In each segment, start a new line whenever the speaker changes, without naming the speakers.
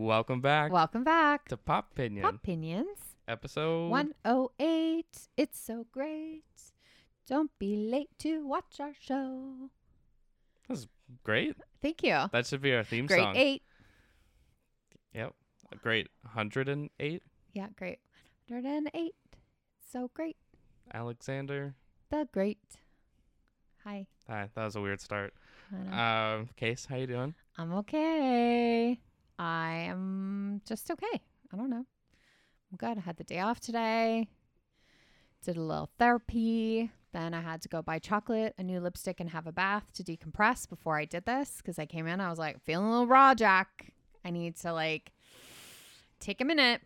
Welcome back
Welcome back.
to Pop Opinion,
Opinions
episode
108. It's so great. Don't be late to watch our show.
Great.
Thank you.
That should be our theme
Great
song.
eight.
Yep. A Great. 108.
Yeah, great. 108. So great.
Alexander.
The great. Hi.
Hi. That was a weird start.
I know.
Um, Case, how you doing?
I'm okay. I am just okay. I don't know. I'm good. I had the day off today. Did a little therapy. Then I had to go buy chocolate, a new lipstick, and have a bath to decompress before I did this because I came in. I was like, feeling a little raw, Jack. I need to like take a minute,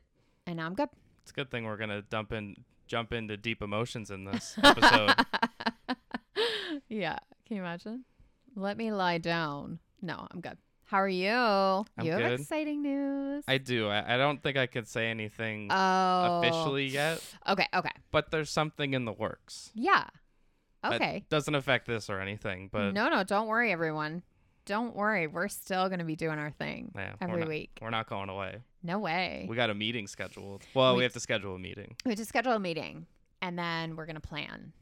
and now I'm good.
It's a good thing we're gonna dump in, jump into deep emotions in this episode.
yeah. Can you imagine? Let me lie down. No, I'm good. How are you? I'm you have
good.
exciting news.
I do. I, I don't think I could say anything
Oh.
officially yet,
Okay. Okay.
but there's something in the works.
Yeah.
That
Okay.
doesn't affect this or anything, but
no, no. Don't worry, everyone. Don't worry. We're still going to be doing our thing
yeah, we're
every
not-
week.
We're not going away.
No way.
We got a meeting scheduled. Well, we,
We-
have to schedule a meeting.
We just schedule a meeting and then we're going to plan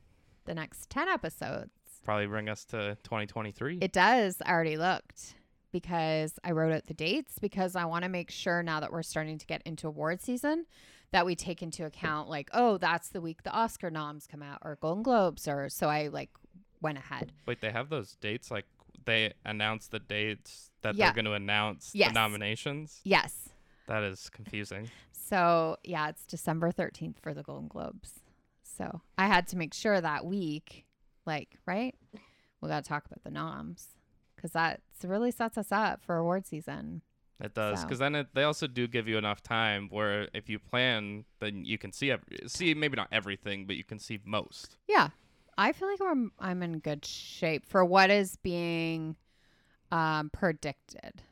the next 10 episodes.
Probably bring us to 2023.
It does. I already looked because I wrote out the dates because I want to make sure now that we're starting to get into award season that we take into account like, oh, that's the week the Oscar noms come out or Golden Globes or so I like went ahead.
Wait, they have those dates? Like they announced the dates that
Yeah.
they're going to announce
Yes.
the nominations?
Yes.
That is confusing.
So yeah, it's December thirteenth for the Golden Globes. So I had to make sure that week, like, right? We got to talk about the noms because that really sets us up for award season.
It does
So-
because then it, they also do give you enough time where if you plan, then you can see ev- see maybe not everything, but you can see most.
Yeah, I feel like I'm I'm in good shape for what is being um, predicted.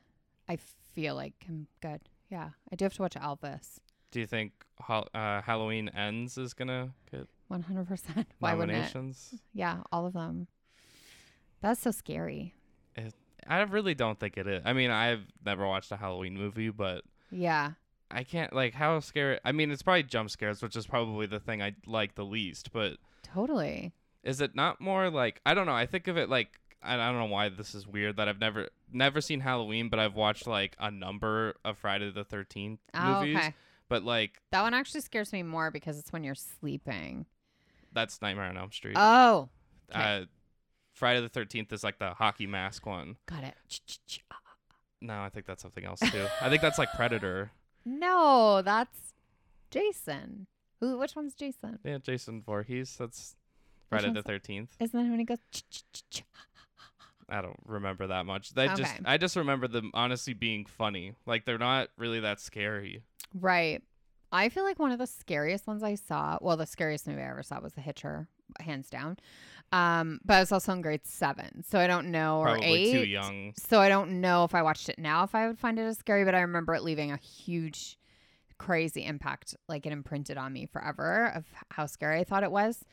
I feel like I'm good. Yeah, I do have to watch Elvis.
Do you think Hal- uh, Halloween Ends is gonna get
One hundred percent. Why wouldn't it?
nominations?
Yeah, all of them. That's so scary.
I really don't think it is. I mean, I've never watched a Halloween movie, but
Yeah.
I can't like how scary. I mean, it's probably jump scares, which is probably the thing I like the least. But
Totally.
is it not more like I don't know? I think of it like I I don't know why this is weird that I've never never seen Halloween, but I've watched like a number of Friday the Thirteenth
Oh,
movies.
okay.
But like
That one actually scares me more because it's when you're sleeping.
that's Nightmare on Elm Street.
Oh, okay.
uh, Friday the Thirteenth is like the hockey mask one.
got it. Ch-ch-ch.
No, I think that's something else too. I think that's like Predator.
No, that's Jason. Who? Which one's Jason?
Yeah, Jason Voorhees. That's
Which
Friday the
one's
Thirteenth.
Isn't that when he goes? Ch-ch-ch-ch?
I don't remember that much. That just
Okay.
I just remember them honestly being funny. Like they're not really that scary.
Right. I feel like one of the scariest ones I saw. Well, the scariest movie I ever saw was The Hitcher, hands down. Um, but I was also in grade seven, so I don't know or
Probably
eight.
too young.
So I don't know if I watched it now if I would find it as scary, but I remember it leaving a huge, crazy impact. Like it imprinted on me forever of how scary I thought it was.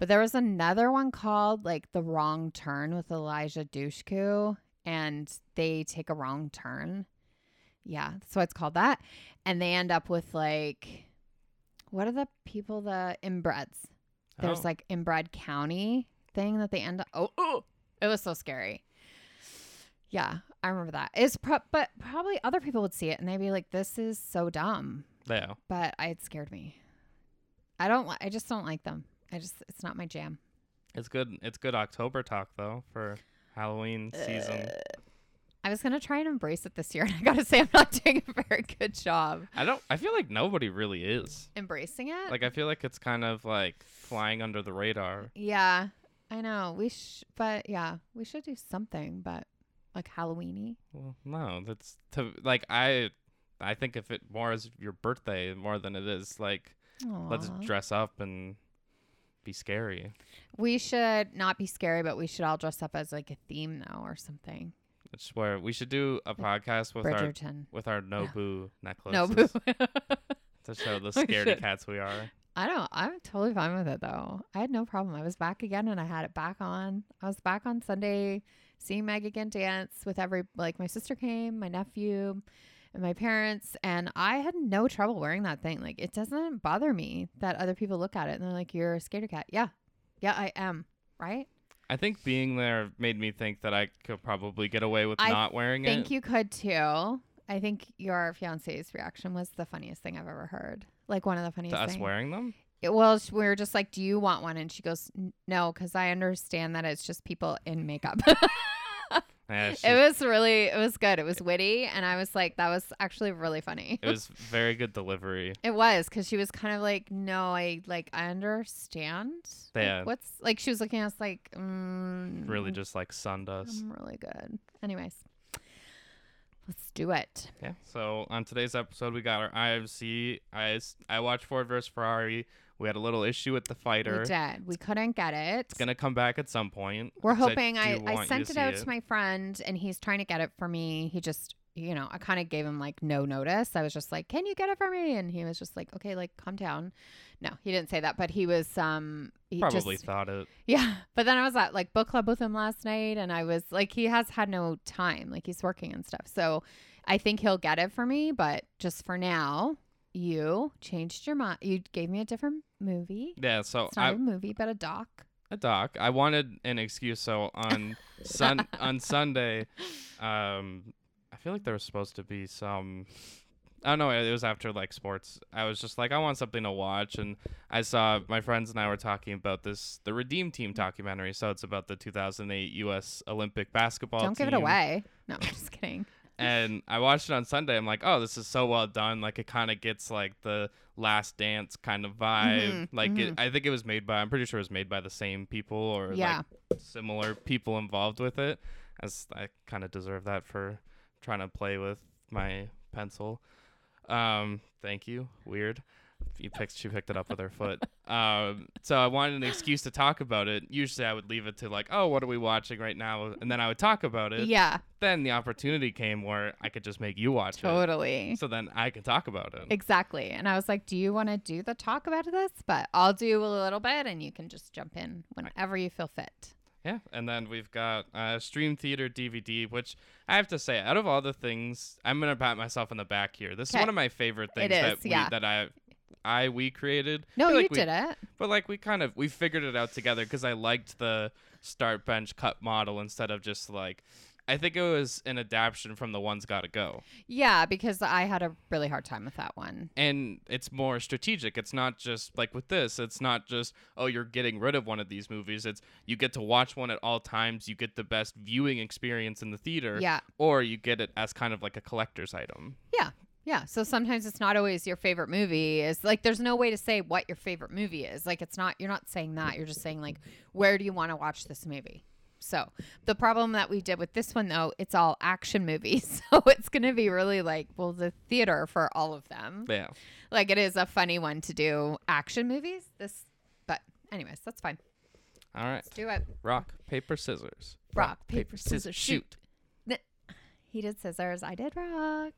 But there was another one called like The Wrong Turn with Elijah Dushku, and they take a wrong turn. Yeah, that's why it's called that. And they end up with like, what are the people, the inbreds? There's
Oh.
like inbred county thing that they end up. Oh, oh, it was so scary. Yeah, I remember that. It's pro- but probably other people would see it and they'd be like, "This is so dumb,"
yeah.
but I, it scared me. I don't. Li- I just don't like them. I just it's not my jam.
It's good. It's good October talk though for Halloween
Uh,
season.
I was gonna try and embrace it this year, and I gotta say, I'm not doing a very good job
I don't. I feel like nobody really is.
embracing it.
Like I feel like it's kind of like flying under the radar.
yeah, I know. We sh- but yeah, we should do something, but like Halloweeny.
Well, no, that's to like I. I think if it more is your birthday more than it is like let's
Aw.
dress up and be scary.
We should not be scary, but we should all dress up as like a theme though or something.
That's where we should do a podcast with our
Bridgerton.
with our Nobu necklaces
No boo.
to show the
We
scaredy
should.
cats we are.
I don't I'm totally fine with it though. I had no problem. I was back again and I had it back on. I was back on Sunday seeing Meg again dance with every like my sister came, my nephew, and my parents, and I had no trouble wearing that thing. Like it doesn't bother me that other people look at it and they're like, "You're a skater cat." Yeah, yeah, I am. Right?
I think being there made me think that I could probably get away with
I
not wearing it.
Think you could too. I think your fiance's reaction was the funniest thing I've ever heard. Like one of the funniest.
to us
things.
wearing them.
It- well, sh- we were just like, "Do you want one?" And she goes, "N- "No, because I understand that it's just people in makeup."
Yeah, it's
it
just-
was really, it was good. It was witty, and I was like, "That was actually really funny."
it was very good delivery.
It was because she was kind of like, no, I like I understand. Like,
Yeah.
what's like she was looking at us like, mm,
Really just like sunned us.
I'm really good. Anyways, let's do it.
Yeah. So on today's episode, we got our IFC. I, s- I watched Ford versus Ferrari. We had a little issue with the fighter.
We did. We couldn't get it.
It's gonna come back at some point.
We're
'cause
hoping.
do
I,
want
I
you
sent it
see
out to my friend, and he's trying to get it for me. He just, you know, I kind of gave him like no notice. I was just like, "Can you get it for me?" And he was just like, "Okay, like calm down." No, he didn't say that, but he was um he just-
Probably thought it.
Yeah. But then I was at like book club with him last night and I was like, he has had no time. Like he's working and stuff. So I think he'll get it for me. But just for now, you changed your mind. You gave me a different movie.
Yeah. So
It's
Oh,
not
I,
a movie, but a doc.
a doc. I wanted an excuse. So on sun on Sunday, um, I feel like there was supposed to be some. I don't know. It was after like sports. I was just like, I want something to watch, and I saw my friends and I were talking about this, the Redeem Team documentary. So it's about the 2008 U.S. Olympic basketball.
Don't give it
team.
away. No, I'm just kidding.
and I watched it on Sunday. I'm like, oh, this is so well done. Like it kind of gets like the Last Dance kind of vibe.
Mhm,
like It, I think it was made by. I'm pretty sure it was made by the same people or
Yeah.
like similar people involved with it. As I kind of deserve that for trying to play with my pencil. Um, thank you. Weird. You picked. She picked it up with her foot. Um, so I wanted an excuse to talk about it. Usually I would leave it to like, oh, what are we watching right now? And then I would talk about it
yeah,
then the opportunity came where I could just make you watch
totally.
it. So then I can talk about it.
Exactly. And I was like, do you want to do the talk about this? But I'll do a little bit and you can just jump in whenever you feel fit.
yeah. And then we've got uh, Stream Theater DVD, which I have to say, out of all the things, I'm going to pat myself on the back here. This is
Okay.
one of my favorite things
It is,
that, we,
yeah.
that I. I we created. I
No,
feel
you
like we-
did it.
but like we kind of we figured it out together because I liked the start bench cut model instead of just like, I think it was an adaptation from the one's got to go.
Yeah, because I had a really hard time with that one.
and it's more strategic it's not just like with this it's not just oh you're getting rid of one of these movies it's you get to watch one at all times you get the best viewing experience in the theater
Yeah.
or you get it as kind of like a collector's item
Yeah. Yeah. So sometimes it's not always your favorite movie. Is like there's no way to say what your favorite movie is. Like it's not you're not saying that. You're just saying like where do you want to watch this movie? So the problem that we did with this one though, it's all action movies. So it's gonna be really like, well, the theater for all of them.
yeah
Like it is a funny one to do action movies. This but anyways, that's fine.
all right
Do it.
rock paper scissors
Rock, paper, scissors, shoot. He did scissors. I did rock.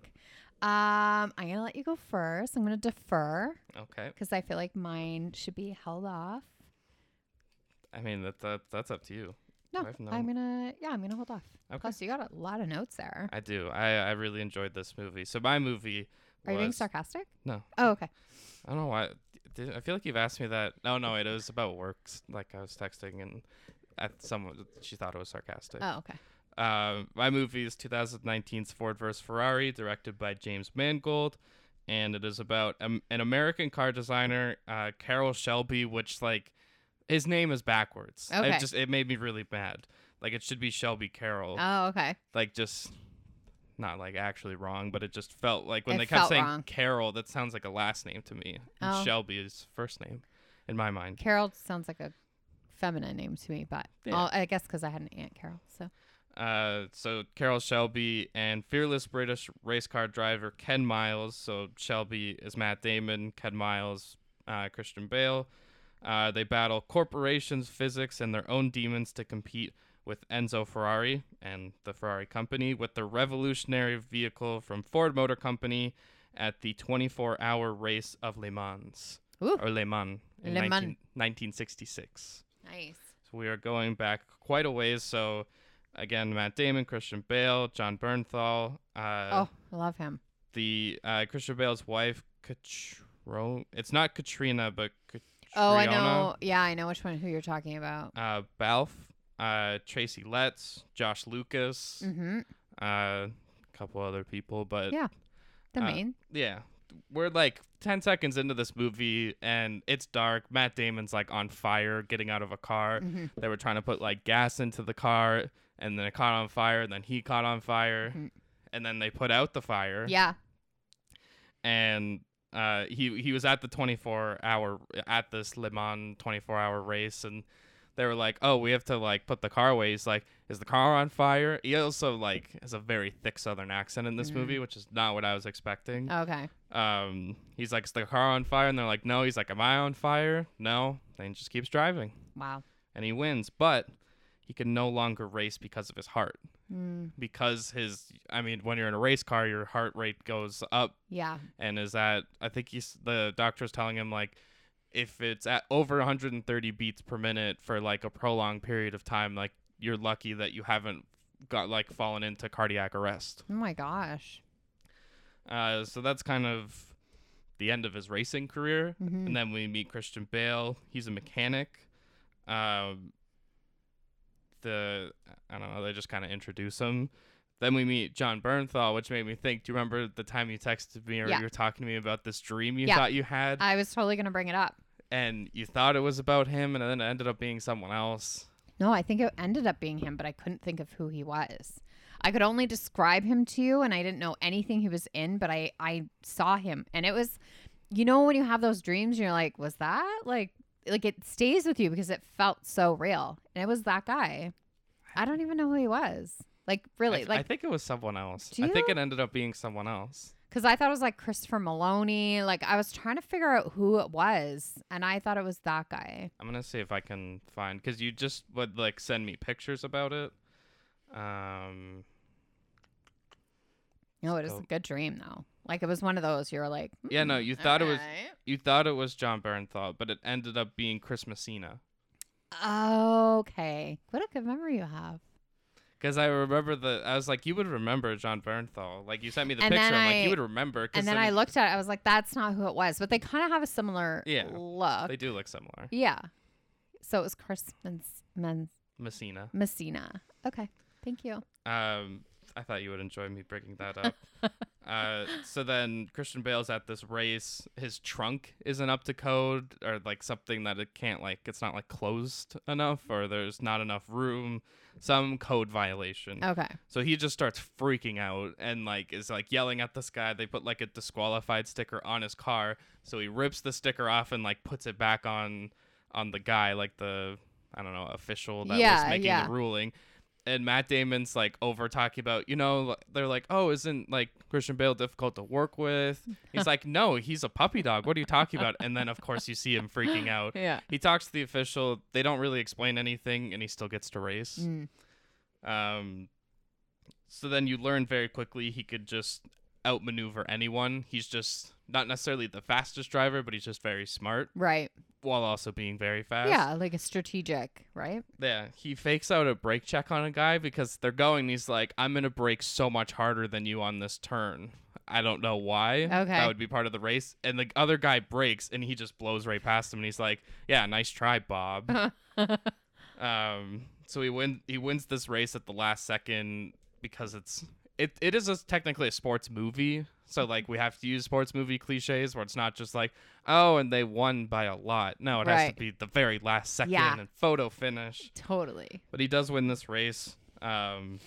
Um, I'm gonna let you go first. I'm gonna defer
okay
because I feel like mine should be held off.
i mean that, that that's up to you
No,
I've known-
I'm gonna yeah, I'm gonna hold off.
Okay.
Plus, you got a lot of notes there.
i do i i really enjoyed this movie so my movie
Are you being
was-
sarcastic?
No.
Oh, okay.
I don't know why. Did, I feel like you've asked me that. No, no, it was about works. Like I was texting and at someone she thought it was sarcastic.
Oh, okay.
Um, my movie is 2019's Ford vs Ferrari, directed by James Mangold, and it is about um, an American car designer, uh, Carol Shelby, which like his name is backwards.
Okay.
It just it made me really mad. Like it should be Shelby Carroll.
Oh, okay.
Like just not like actually wrong, but it just felt like when
It
they kept
felt
saying
wrong.
Carol, that sounds like a last name to me. And
Oh.
Shelby is first name in my mind.
Carol sounds like a feminine name to me, but
Yeah.
I'll- I guess because I had an aunt Carol. So
Uh, so Carol Shelby and fearless British race car driver Ken Miles. So Shelby is Matt Damon, Ken Miles, uh, Christian Bale. Uh, they battle corporations, physics, and their own demons to compete with Enzo Ferrari and the Ferrari company with the revolutionary vehicle from Ford Motor Company at the 24-hour race of Le Mans
Ooh.
or Le Mans in
Le
19-
Mans.
1966.
nice.
So we are going back quite a ways. So again, Matt Damon, Christian Bale, John Bernthal, uh,
oh, I love him.
the uh, Christian Bale's wife, Katro. It's not Katrina, but Katriona,
Oh, I know. Yeah, I know which one who you're talking about.
Uh, Balf, uh, Tracy Letts, Josh Lucas,
Mm-hmm.
uh, a couple other people, but
Yeah. The
Uh,
main.
yeah, we're like ten seconds into this movie and it's dark. Matt Damon's like on fire, getting out of a car.
Mhm.
They were trying to put like gas into the car, and then it caught on fire. And then he caught on fire,
Mhm.
and then they put out the fire.
Yeah.
and uh, he he was at the 24 hour at this Le Mans 24 hour race, and they were like, "Oh, we have to like put the car away." He's like, "Is the car on fire?" He also like has a very thick Southern accent in this
Mhm.
movie, which is not what I was expecting.
Okay.
Um, he's like, "Is the car on fire?" And they're like, "No." He's like, "Am I on fire?" No. And he just keeps driving,
Wow.
and he wins, but he can no longer race because of his heart.
Mm,
Because his, I mean, when you're in a race car, your heart rate goes up
yeah.
and is that I think he's the doctor's telling him like if it's at over 130 beats per minute for like a prolonged period of time, like you're lucky that you haven't got like fallen into cardiac arrest.
Oh my gosh.
Uh, so that's kind of the end of his racing career.
Mhm.
And then we meet Christian Bale. He's a mechanic. Um, the I don't know. They just kind of introduce him. Then we meet John Bernthal, which made me think. Do you remember the time you texted me or
Yeah.
you were talking to me about this dream you
Yeah.
thought you had,
I was totally gonna bring it up.
and you thought it was about him, and then it ended up being someone else.
No, I think it ended up being him, but I couldn't think of who he was. I could only describe him to you, and I didn't know anything he was in, but I I saw him, and it was, you know, when you have those dreams, you're like, was that like like it stays with you because it felt so real, and it was that guy. I don't even know who he was, like
I
really,
th-
like
I think it was someone else.
Do
I think
you-
it ended up being someone else.
Because I thought it was like Christopher Maloney. Like I was trying to figure out who it was, and I thought it was that guy.
I'm gonna see if I can find because you just would like send me pictures about it. Um,
No, Oh, it was
So-
a good dream though. Like it was one of those you were like,
Yeah, no,
"Hmm,
you thought it was-
alright."
you thought it was John Bernthal, but it ended up being Chris Messina.
okay. What a good memory you have.
Because I remember the, I was like, you would remember John Bernthal. Like you sent me the
And
picture,
then
I'm like,
I-
you would remember. 'cause
And then
it-
I looked at it. I was like, that's not who it was, but they kind of have a similar
Yeah,
look.
They do look similar.
Yeah. So it was Chris Mens- Mens-
Messina.
Messina. Okay. Thank you.
Um, I thought you would enjoy me breaking that up. uh, so then Christian Bale's at this race. His trunk isn't up to code, or like something that it can't like. It's not like closed enough, or there's not enough room. Some code violation.
Okay.
So he just starts freaking out and like is like yelling at this guy. They put like a disqualified sticker on his car, so he rips the sticker off and like puts it back on on the guy, like the I don't know official that
Yeah,
was making
yeah.
the ruling. And Matt Damon's like over talking about you know li- they're like oh isn't like Christian Bale difficult to work with? He's like no, he's a puppy dog. What are you talking about? And then of course you see him freaking out.
Yeah.
He talks to the official. They don't really explain anything, and he still gets to race.
Mm.
Um, so then you learn very quickly he could just outmaneuver anyone. He's just not necessarily the fastest driver, but he's just very smart
Right.
while also being very fast.
Yeah. Like a strategic, right?
Yeah. He fakes out a brake check on a guy because they're going. And he's like, I'm going to brake so much harder than you on this turn. I don't know why.
Okay.
That would be part of the race. And the other guy brakes and he just blows right past him. And he's like, Yeah, nice try, Bob. Um, so he win he wins this race at the last second because it's it, it is a, technically a sports movie.
Mm-hmm.
So like we have to use sports movie cliches where it's not just like oh and they won by a lot. No, it has
Right.
to be the very last second
Yeah.
and photo finish.
totally.
But he does win this race. Um,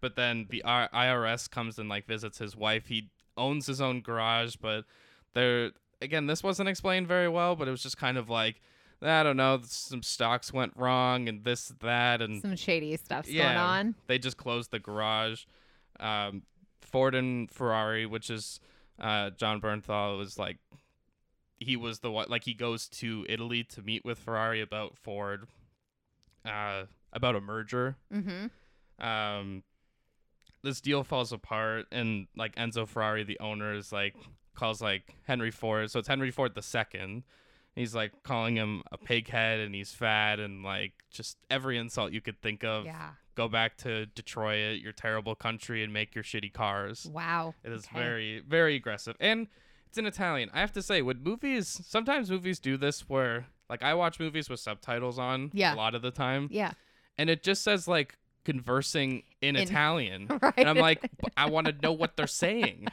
but then the I- IRS comes and like visits his wife. He owns his own garage, but there again, this wasn't explained very well. But it was just kind of like I don't know, some stocks went wrong and this that and
Some shady stuff's going
Mm. Yeah.
on.
they just closed the garage. Um, Ford and Ferrari, which is uh, John Bernthal, was like he was the one. Like he goes to Italy to meet with Ferrari about Ford, uh, about a merger.
Mm-hmm.
Um, this deal falls apart, and like Enzo Ferrari, the owner, is like calls like Henry Ford. So it's Henry Ford the second. He's like calling him a pighead, and he's fat, and like just every insult you could think of
Yeah.
go back to Detroit, your terrible country, and make your shitty cars.
Wow.
It is
Okay.
very, very aggressive. And it's in Italian. I have to say, with movies, sometimes movies do this where, like, I watch movies with subtitles on
Yeah.
a lot of the time,
Yeah.
and it just says, like, conversing in,
In-
Italian.
Right.
And I'm like, "B- I want to know what they're saying.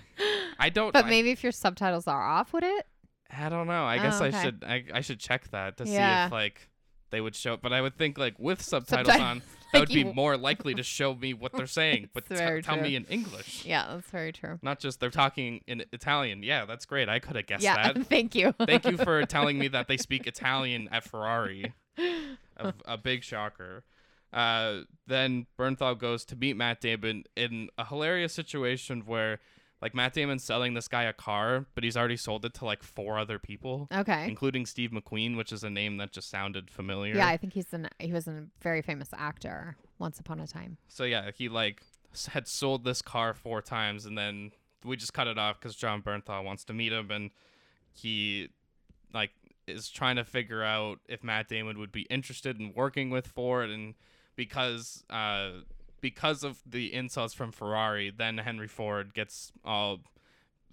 I don't.
But
I-
maybe if your subtitles are off, would it?
I, don't know. I
Oh,
guess I
okay.
should. I, I should check that to see
Yeah.
if like they would show. But I would think like with subtitles on,
Subtitles,
that would
like,
be
you-
more likely to show me what they're saying. But
It's
t-
very
tell
true.
me in English.
Yeah, that's very true.
Not just they're talking in Italian. Yeah, that's great. I could have guessed
yeah.
that.
Thank you.
Thank you for telling me that they speak Italian at Ferrari. A, a big shocker. Uh, then Bernthal goes to meet Matt Damon in a hilarious situation where, like, Matt Damon's selling this guy a car, but he's already sold it to like four other people,
okay.
including Steve McQueen, which is a name that just sounded familiar.
Yeah, I think he's an he was a very famous actor once upon a time.
So yeah, he like s- had sold this car four times, and then we just cut it off because John Bernthal wants to meet him, and he like is trying to figure out if Matt Damon would be interested in working with Ford, and because uh, because of the insults from Ferrari, then Henry Ford gets all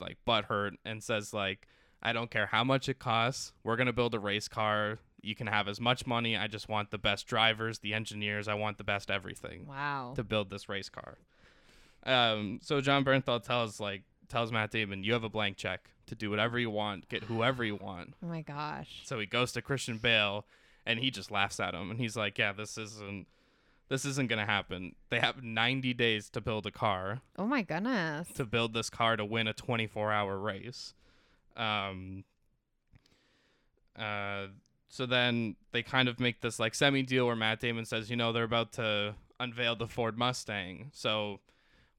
like butthurt and says like, "I don't care how much it costs. We're gonna build a race car." You can have as much money. I just want the best drivers, the engineers. I want the best everything
Wow.
to build this race car. Um, so John Bernthal tells like tells Matt Damon, "You have a blank check to do whatever you want, get whoever you want."
Oh my gosh.
So he goes to Christian Bale, and he just laughs at him, and he's like, "Yeah, this isn't." This isn't going to happen. They have 90 days to build a car,
Oh my goodness.
to build this car to win a 24 hour race. Um, uh, so then they kind of make this like semi deal where Matt Damon says, you know, they're about to unveil the Ford Mustang. So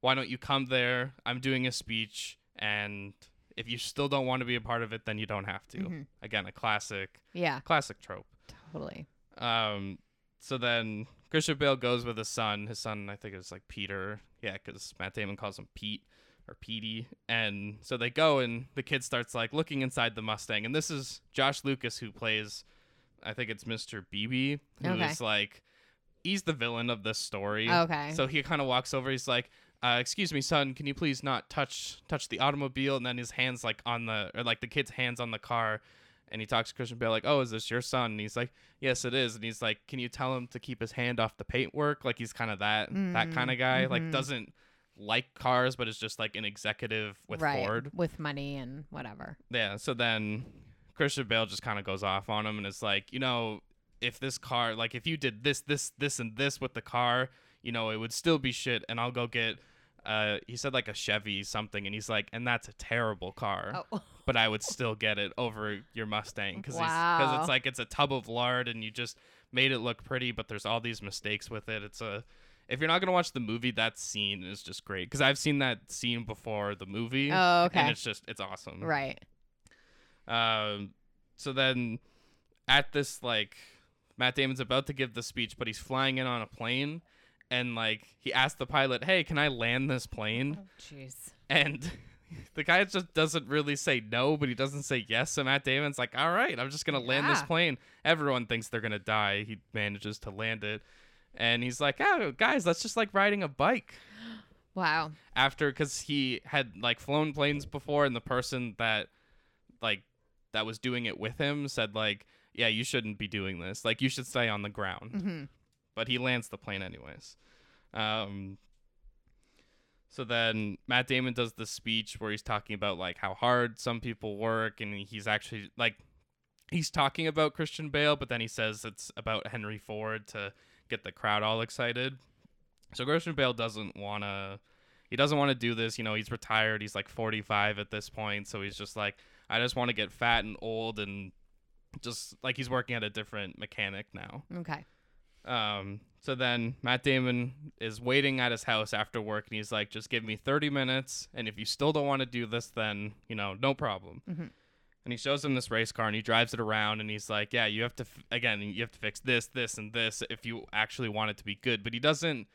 why don't you come there? I'm doing a speech. And if you still don't want to be a part of it, then you don't have to.
Mhm.
Again, a classic,
Yeah,
classic trope.
totally.
Um, so then Christian Bale goes with his son. His son, I think it was like Peter. Yeah, because Matt Damon calls him Pete or Petey. And so they go, and the kid starts like looking inside the Mustang. And this is Josh Lucas who plays, I think it's Mr. Beebe, who is
Okay. Oh,
like, he's the villain of this story.
Okay.
So he kind of walks over. He's like, uh, "Excuse me, son. Can you please not touch touch the automobile?" And then his hands like on the or like the kid's hands on the car, and he talks to Christian Bale like, "Oh, is this your son?" And he's like, "Yes, it is." And he's like, "Can you tell him to keep his hand off the paintwork?" Like he's kind of that that
Mm,
kind of guy. Like
mhm.
doesn't like cars, but is just like an executive with
right.
Ford.
With money and whatever.
Yeah. So then Christian Bale just kind of goes off on him and it's like, you know, if this car, like, if you did this, this, this, and this with the car, you know, it would still be shit. And I'll go get, uh, he said like a Chevy something. And he's like, and that's a terrible car,
Oh,
but I would still get it over your Mustang because
Wow.
it's like, it's a tub of lard and you just made it look pretty, but there's all these mistakes with it. It's a, if you're not going to watch the movie, that scene is just great because I've seen that scene before the movie.
Oh,
And
okay.
it's just, it's awesome.
Right.
Um, so then at this, like, Matt Damon's about to give the speech, but he's flying in on a plane. And, like, he asked the pilot, hey, can I land this plane?
Oh, jeez.
And the guy just doesn't really say no, but he doesn't say yes. So Matt Damon's like, all right, I'm just going to land this
Yeah.
plane. Everyone thinks they're going to die. He manages to land it. And he's like, oh, guys, that's just like riding a bike
Wow.
after because he had like flown planes before and the person that like that was doing it with him said like yeah you shouldn't be doing this like you should stay on the ground
hmm
but he lands the plane anyways um so then Matt Damon does the speech where he's talking about like how hard some people work and he's actually like he's talking about Christian Bale but then he says it's about Henry Ford to get the crowd all excited. So Christian Bale doesn't want to he doesn't want to do this, you know, he's retired, he's like 45 at this point, so he's just like I just want to get fat and old and just like he's working at a different mechanic now.
Okay.
Um, so then Matt Damon is waiting at his house after work and he's like, just give me 30 minutes. And if you still don't want to do this, then, you know, no problem.
Mhm.
And he shows him this race car and he drives it around and he's like, yeah, you have to, f- again, you have to fix this, this, and this if you actually want it to be good. But he doesn't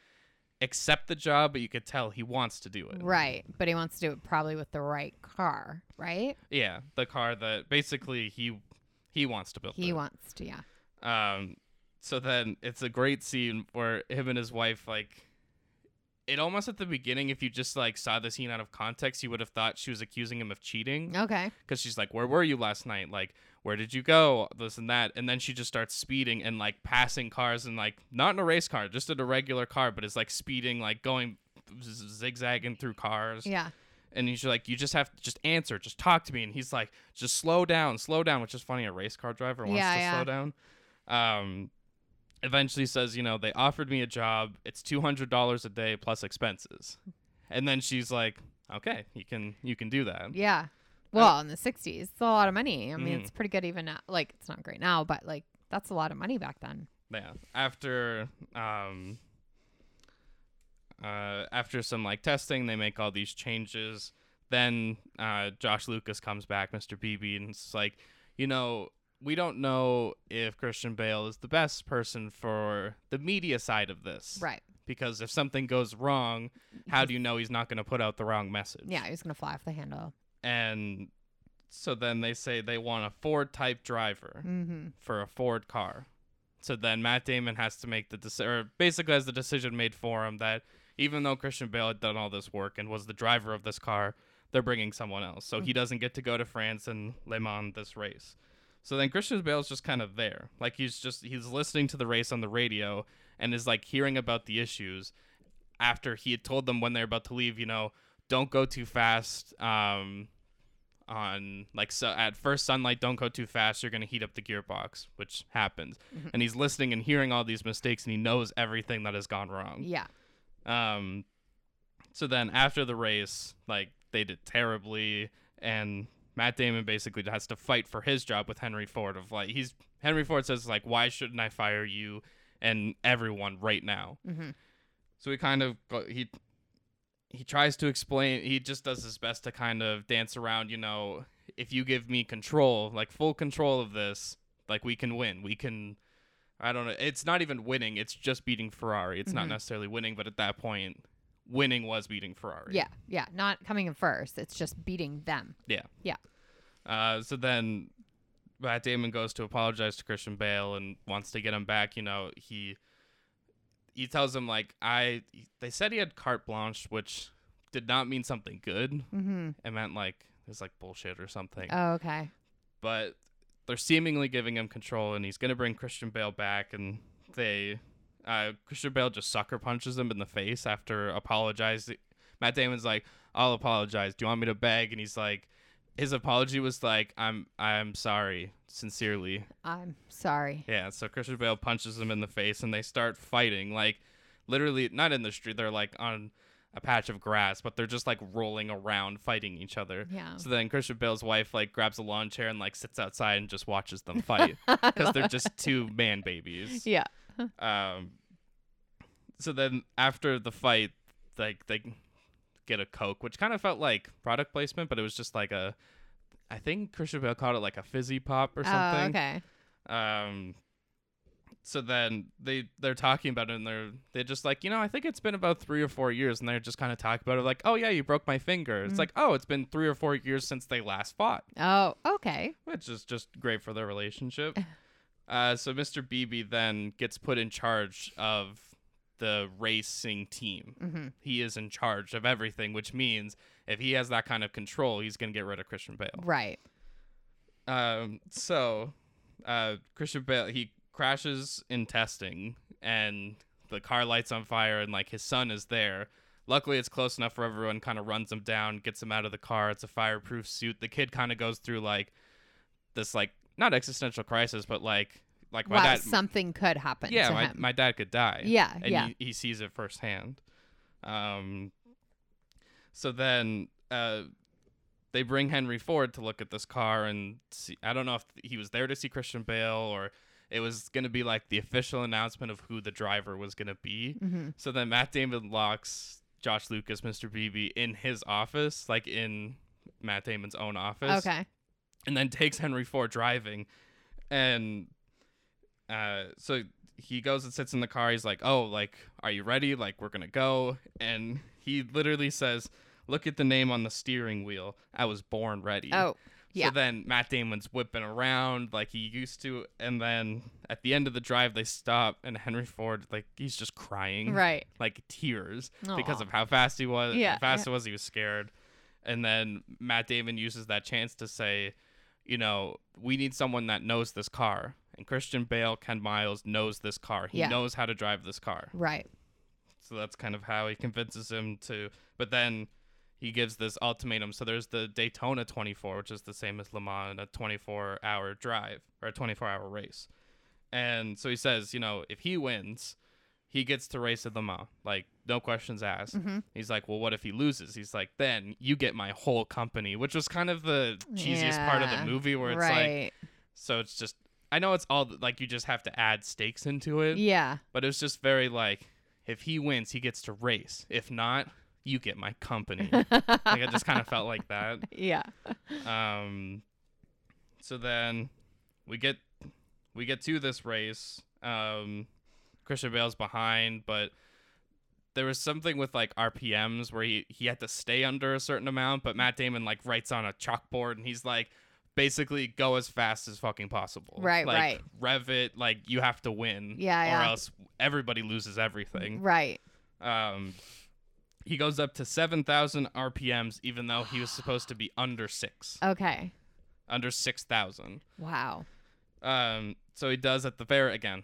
accept the job, but you could tell he wants to do it.
Right. But he wants to do it probably with the right car, right?
Yeah. The car that basically he, he wants to build.
He
it.
wants to, yeah.
Um, so then it's a great scene where him and his wife like it almost at the beginning if you just like saw the scene out of context you would have thought she was accusing him of cheating
Okay.
because she's like where were you last night like where did you go this and that and then she just starts speeding and like passing cars and like not in a race car just in a regular car but is like speeding like going z- zigzagging through cars
Yeah.
and he's like, you just have to just answer, just talk to me. And he's like, just slow down, slow down, which is funny. A race car driver wants
Yeah,
to
yeah.
slow down. Um, eventually says, you know, they offered me a job. It's two hundred dollars a day plus expenses. And then she's like, okay, you can you can do that.
Yeah. Well, in the 60s, it's a lot of money. I mean,
Mhm.
it's pretty good even now. Like, it's not great now, but like, that's a lot of money back then.
Yeah. After um uh after some like testing, they make all these changes. Then uh Josh Lucas comes back, Mr. BB, and it's like, you know, we don't know if Christian Bale is the best person for the media side of this.
Right.
Because if something goes wrong, how do you know he's not going to put out the wrong message?
Yeah. He was going to fly off the handle.
And so then they say they want a Ford type driver
Mm-hmm.
for a Ford car. So then Matt Damon has to make the decision, or basically has the decision made for him that even though Christian Bale had done all this work and was the driver of this car, they're bringing someone else. So he doesn't get to go to France and Le Mans this race. So then Christian Bale's just kind of there. Like he's just, he's listening to the race on the radio and is like hearing about the issues after he had told them when they're about to leave, you know, don't go too fast. Um, on like so at first sunlight don't go too fast you're going to heat up the gearbox which happens and he's listening and hearing all these mistakes and he knows everything that has gone wrong
Yeah.
um so then after the race like they did terribly and Matt Damon basically has to fight for his job with Henry Ford of like he's Henry Ford says like why shouldn't I fire you and everyone right now
Mm-hmm.
so he kind of go- he he tries to explain. He just does his best to kind of dance around. You know, if you give me control, like full control of this, like we can win. We can. I don't know. It's not even winning. It's just beating Ferrari. It's
Mhm.
not necessarily winning, but at that point, winning was beating Ferrari.
Yeah. Yeah. Not coming in first. It's just beating them.
Uh, so then Matt Damon goes to apologize to Christian Bale and wants to get him back. You know, he he tells him like I. They said he had carte blanche, which did not mean something good.
Mm-hmm.
It meant like it was like bullshit or something.
Oh, okay.
but they're seemingly giving him control, and he's gonna bring Christian Bale back, and they. Uh, Christian Bale just sucker punches him in the face after apologizing. Matt Damon's like, "I'll apologize. Do you want me to beg?" And he's like, his apology was like, "I'm I'm sorry, sincerely."
I'm sorry.
Yeah. So Christian Bale punches him in the face, and they start fighting. Like, literally, not in the street. They're like on a patch of grass, but they're just like rolling around fighting each other.
Yeah.
So then Christian Bale's wife like grabs a lawn chair and like sits outside and just watches them fight because they're just two man babies.
Yeah.
Um, so then after the fight, like they get a coke, which kind of felt like product placement, but it was just like a, I think Christian Bale called it like a fizzy pop or something.
Oh, okay.
Um, so then they they're talking about it and they're they're just like you know I think it's been about three or four years and they're just kind of talking about it like oh yeah you broke my finger it's like oh it's been three or four years since they last fought
Oh, okay.
which is just great for their relationship. Uh, so Mr. Beebe then gets put in charge of the racing team.
Mm-hmm.
He is in charge of everything, which means if he has that kind of control, he's going to get rid of Christian Bale.
Right.
Um, so uh, Christian Bale he crashes in testing, and the car lights on fire, and like his son is there. Luckily, it's close enough for everyone. Kind of runs him down, gets him out of the car. It's a fireproof suit. The kid kind of goes through like this, like not existential crisis, but like like my
wow.
dad.
something could happen
yeah,
to
my,
him.
my dad could die.
yeah.
and
Yeah.
He, he sees it firsthand. Um, so then uh, they bring Henry Ford to look at this car and see. I don't know if he was there to see Christian Bale or it was going to be like the official announcement of who the driver was going to be.
mm-hmm.
So then Matt Damon locks Josh Lucas, Mr. Beebe, in his office, like in Matt Damon's own office
Okay.
and then takes Henry Ford driving, and uh, so he goes and sits in the car. He's like, "Oh, like, are you ready? Like, we're gonna go." And he literally says, Look at the name on the steering wheel. I was born ready.
Oh, yeah.
So then Matt Damon's whipping around like he used to, and then at the end of the drive they stop, and Henry Ford like he's just crying,
right.
like tears because
Aw.
of how fast he was.
Yeah,
how fast it was. He was scared, and then Matt Damon uses that chance to say, you know, we need someone that knows this car, and Christian Bale, Ken Miles knows this car. He
Yeah.
knows how to drive this car.
Right.
So that's kind of how he convinces him to. But then he gives this ultimatum. So there's the Daytona 24, which is the same as Le Mans, a 24 hour drive or a 24 hour race. And so he says, you know, if he wins, he gets to race at Le Mans, like no questions asked.
Mhm.
He's like, well, what if he loses? He's like, then you get my whole company, which was kind of the cheesiest part of
Yeah,
the movie where it's like,
right.
so it's just, I know it's all like you just have to add stakes into it
yeah.
but it was just very like if he wins he gets to race if not you get my company like i just kind of felt like that
yeah.
um so then we get we get to this race um christian bale's behind but there was something with like rpms where he he had to stay under a certain amount but matt damon like writes on a chalkboard and he's like basically go as fast as fucking possible
Right,
like
right.
rev it like you have to win
Yeah,
or
yeah.
else everybody loses everything
Right.
um, he goes up to 7,000 RPMs, even though he was supposed to be under six,
Okay.
under 6,000.
Wow.
Um, so he does at the very, again,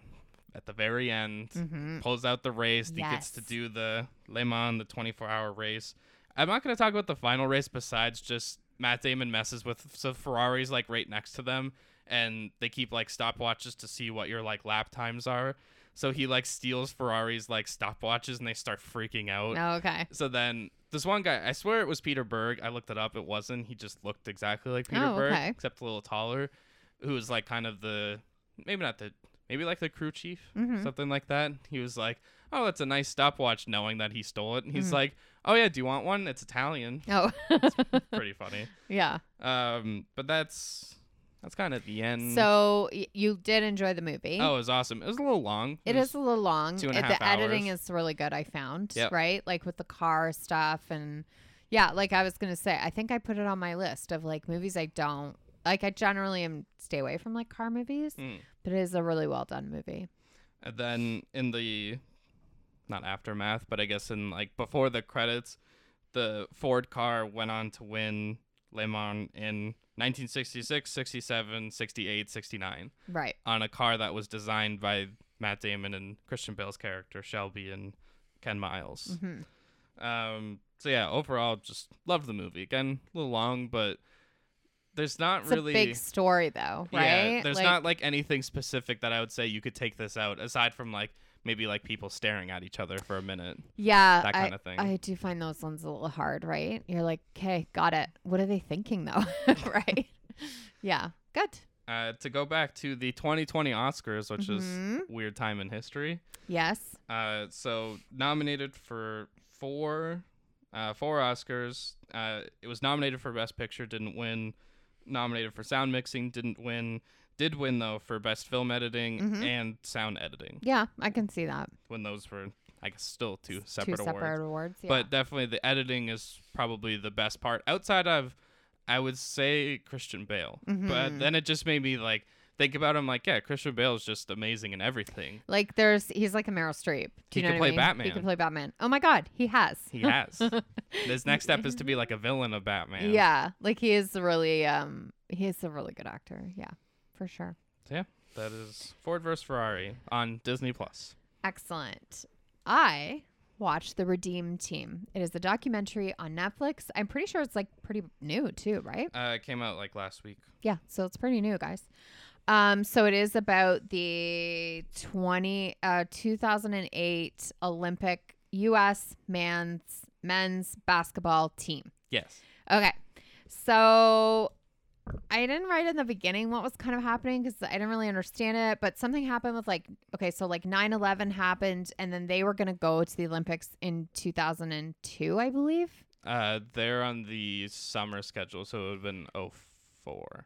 at the very end,
Mhm.
pulls out the race. He gets to
Yes.
do the Le Mans, the 24 hour race. I'm not going to talk about the final race besides just Matt Damon messes with, so Ferrari's like right next to them and they keep like stopwatches to see what your like lap times are. So he like steals Ferrari's like stopwatches and they start freaking out.
Okay.
So then this one guy, I swear it was Peter Berg. I looked it up. It wasn't. He just looked exactly like Peter
Oh,
Berg,
okay.
except a little taller, who was like kind of the maybe not the maybe like the crew chief,
Mhm.
something like that. He was like, "Oh, that's a nice stopwatch," knowing that he stole it. And he's
Mhm.
like, "Oh yeah, do you want one? It's Italian."
Oh.
Pretty funny.
yeah.
Um, but that's that's kind of the end.
So y- you did enjoy the movie.
Mm. oh, it was awesome. It was a little long.
It is a little long.
two and a
Uh,
half
the editing
hours.
is really good, I found.
Yep.
Right? Like with the car stuff and yeah, like I was gonna say, I think I put it on my list of like movies I don't like I generally am stay away from like car movies,
Mm.
but it is a really well done movie.
And then in the not aftermath, but I guess in like before the credits, the Ford car went on to win Le Mans in 1966, 67, 68, 69
Right.
on a car that was designed by Matt Damon and Christian Bale's character Shelby and Ken Miles.
Mhm.
Um, so yeah, overall, just loved the movie. Again, a little long, but there's not
It's
really
a big story though, right?
yeah, there's not like anything specific that I would say you could take this out aside from like maybe like people staring at each other for a minute,
yeah,
that
Uh, I-
kind of thing.
I do find those ones a little hard, right? You're like, okay, got it. What are they thinking though? right? Yeah. Good.
uh, to go back to the 2020 Oscars, which is
Mhm.
weird time in history.
Yes.
Uh, so nominated for four, uh, four Oscars. Uh, it was nominated for Best Picture, didn't win. Nominated for sound mixing, didn't win. Did win though for best film editing
Mhm.
and sound editing.
Yeah, I can see that.
When those were, I guess, still two separate,
Two
awards.
separate awards. yeah.
but definitely the editing is probably the best part outside of i would say christian bale but
Mhm.
then it just made me like think about him like yeah christian bale is just amazing in everything
Like there's, he's like a Meryl Streep. Do
He
you know
could
what
play
I mean? He
Batman.
can play Batman. Oh my God, he has.
he has his next step is to be like a villain of batman
Yeah, like he is really, um, he is a really good actor. Yeah, for sure.
So, yeah that is ford versus ferrari on disney plus
Excellent. I watched The Redeem Team. It is a documentary on Netflix. I'm pretty sure it's like pretty new too, right?
uh it came out like last week
Yeah, so it's pretty new, guys. Um, so it is about the 20 uh, 2008 Olympic U.S. men's men's basketball team.
yes
Okay, so I didn't write in the beginning what was kind of happening because I didn't really understand it, but something happened with like okay, so like 9/11 happened, and then they were gonna go to the Olympics in 2002, I believe.
uh they're on the summer schedule so it would have been 04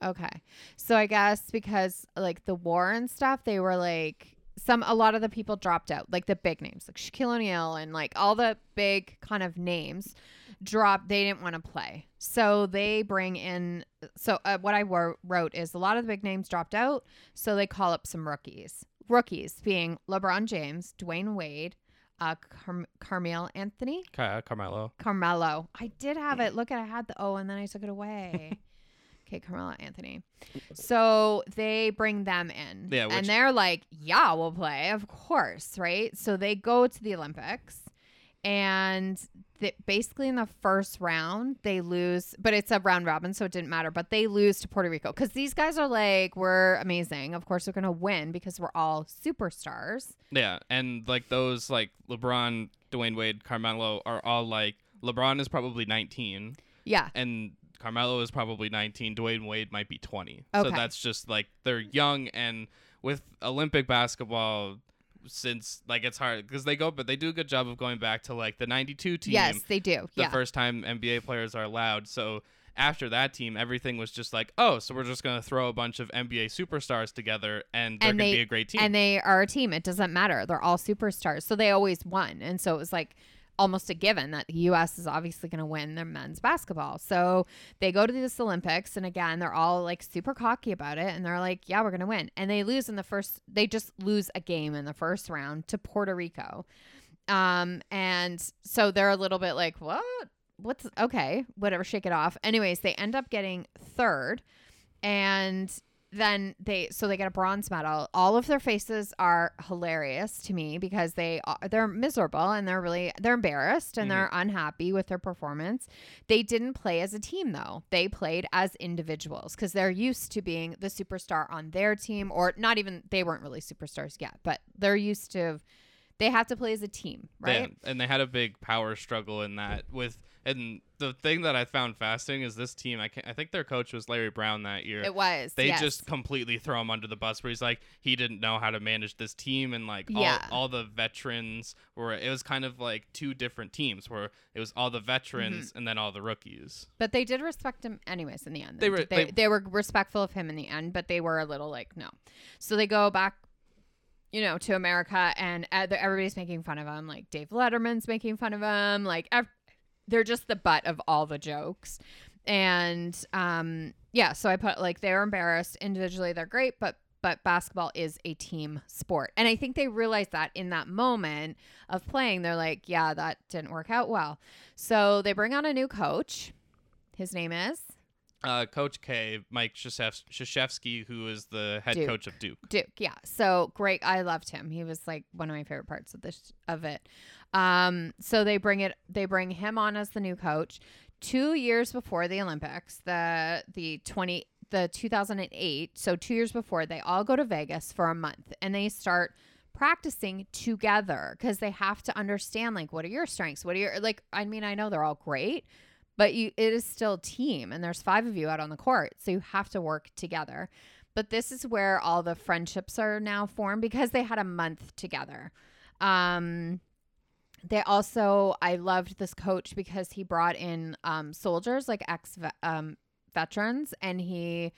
Okay. So I guess because like the war and stuff, they were like some a lot of the people dropped out, like the big names, like Shaquille O'Neal and like all the big kind of names. drop they didn't want to play so they bring in so uh, what i wor- wrote is a lot of the big names dropped out so they call up some rookies rookies being lebron james dwayne wade uh, Car- carmel anthony
Ca- Carmelo.
carmelo i did have it look at i had the o and then i took it away okay carmelo anthony so they bring them in
Yeah,
and
which-
they're like yeah we'll play of course right so they go to the olympics and th- basically in the first round they lose but it's a round robin so it didn't matter but they lose to puerto rico because these guys are like we're amazing of course we're gonna win because we're all superstars
Yeah, and like those like LeBron, Dwayne Wade, Carmelo are all like LeBron is probably 19
yeah
and Carmelo is probably 19, Dwayne Wade might be 20. So
Okay.
that's just like they're young and with Olympic basketball since like it's hard cuz they go but they do a good job of going back to like the 92 team
yes they do
the
yeah
first time NBA players are allowed. So after that team, everything was just like, oh, so we're just going to throw a bunch of NBA superstars together and they're
And
going
they-
to be a great team.
and they are a team it doesn't matter they're all superstars so they always won and so it was like almost a given that the us is obviously going to win their men's basketball so they go to this olympics and again they're all like super cocky about it and they're like yeah we're going to win and they lose in the first they just lose a game in the first round to puerto rico um and so they're a little bit like what what's okay whatever shake it off anyways they end up getting third and then they so they get a bronze medal all of their faces are hilarious to me because they are they're miserable and they're really they're embarrassed and
Mm-hmm.
they're unhappy with their performance they didn't play as a team though they played as individuals because they're used to being the superstar on their team or not even they weren't really superstars yet but they're used to they have to play as a team
They-
right
and they had a big power struggle in that with and the thing that I found fascinating is this team. I can I think their coach was Larry Brown that year.
it was
they
yes.
just completely throw him under the bus where he's like he didn't know how to manage this team and like
Yeah.
all, all the veterans were it was kind of like two different teams where it was all the veterans
Mm-hmm.
and then all the rookies.
But they did respect him, anyways. In the end,
They
they
were-
were they,
they-
they, were respectful of him in the end, but they were a little like no. So they go back, you know, to America, and uh, they're- everybody's making fun of him. Like Dave Letterman's making fun of him. Like ev- they're just the butt of all the jokes, and um, yeah. So I put like they're embarrassed individually. They're great, but but basketball is a team sport, and I think they realized that in that moment of playing, they're like, yeah, that didn't work out well. So they bring on a new coach. His name is
Uh, coach K, Mike Krzyzew- Krzyzewski, who is the head
Duke.
coach of Duke.
Duke. Yeah. So great. I loved him. He was like one of my favorite parts of this of it. Um, so they bring it they bring him on as the new coach. Two years before the Olympics, the the twenty the two thousand and eight, so two years before, they all go to Vegas for a month and they start practicing together because they have to understand like what are your strengths? What are your like I mean, I know they're all great, but you it is still team and there's five of you out on the court so you have to work together but this is where all the friendships are now formed because they had a month together um they also i loved this coach because he brought in um soldiers like ex um veterans and he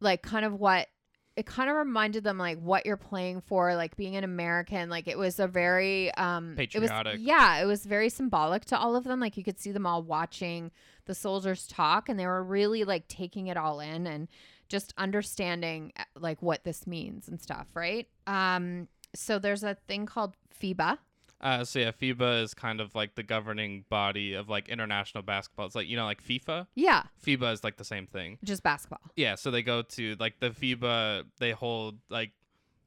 like kind of what it kind of reminded them like what you're playing for like being an american like it was a very um it was-
Patriotic.
yeah it was very symbolic to all of them like you could see them all watching the soldiers talk and they were really like taking it all in and just understanding uh, like what this means and stuff right um so there's a thing called fiba
Uh, so yeah, FIBA is kind of like the governing body of like international basketball. It's like you know, like FIFA.
yeah
FIBA is like the same thing.
just basketball
Yeah, so they go to like the FIBA. They hold like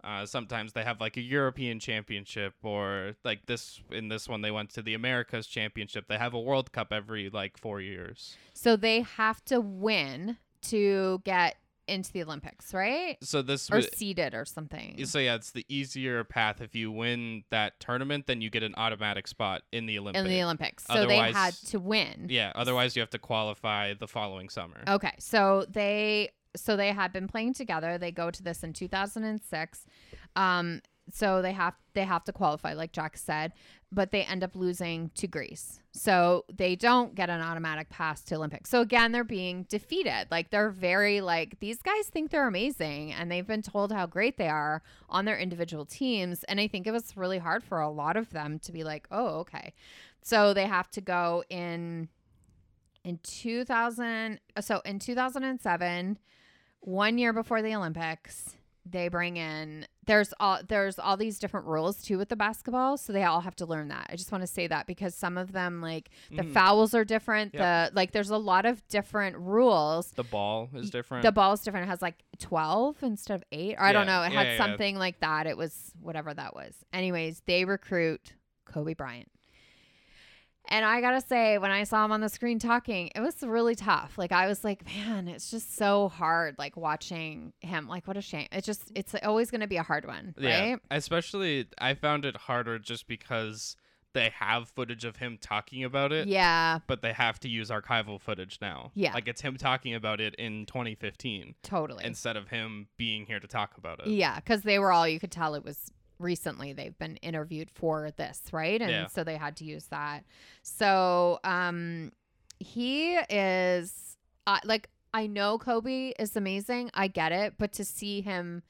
uh, sometimes they have like a European Championship or like this in this one they went to the Americas Championship. They have a World Cup every like four years.
so they have to win to get into the olympics right
So this
or
was.
seeded or something
So yeah, it's the easier path. If you win that tournament, then you get an automatic spot in the Olympics.
in the olympics so
Otherwise-
they had to win
Yeah, otherwise you have to qualify the following summer.
Okay, so they so they had been playing together. They go to this in 2006. Um, so they have they have to qualify, like Jack said, but they end up losing to Greece. So they don't get an automatic pass to Olympics. So again, they're being defeated. Like they're very like these guys think they're amazing, and they've been told how great they are on their individual teams. And I think it was really hard for a lot of them to be like, oh, okay. So they have to go in in 2000 so in 2007 one year before the olympics they bring in there's all there's all these different rules too with the basketball so they all have to learn that i just want to say that because some of them like the
Mhm.
fouls are different
Yep.
the like there's a lot of different rules
The ball is different.
the ball is different it has like 12 instead of 8 or i don't
Yeah,
know it
yeah,
had
yeah.
something like that it was whatever that was anyways they recruit kobe bryant and i gotta say when i saw him on the screen talking it was really tough like i was like man it's just so hard like watching him like what a shame it's just it's always gonna be a hard one
yeah.
right
Especially, I found it harder just because they have footage of him talking about it.
yeah
But they have to use archival footage now.
Yeah.
Like it's him talking about it in 2015
totally
instead of him being here to talk about it.
Yeah, because they were all you could tell it was recently they've been interviewed for this, right? And
Yeah.
so they had to use that. So um he is uh, like I know Kobe is amazing. I get it, but to see him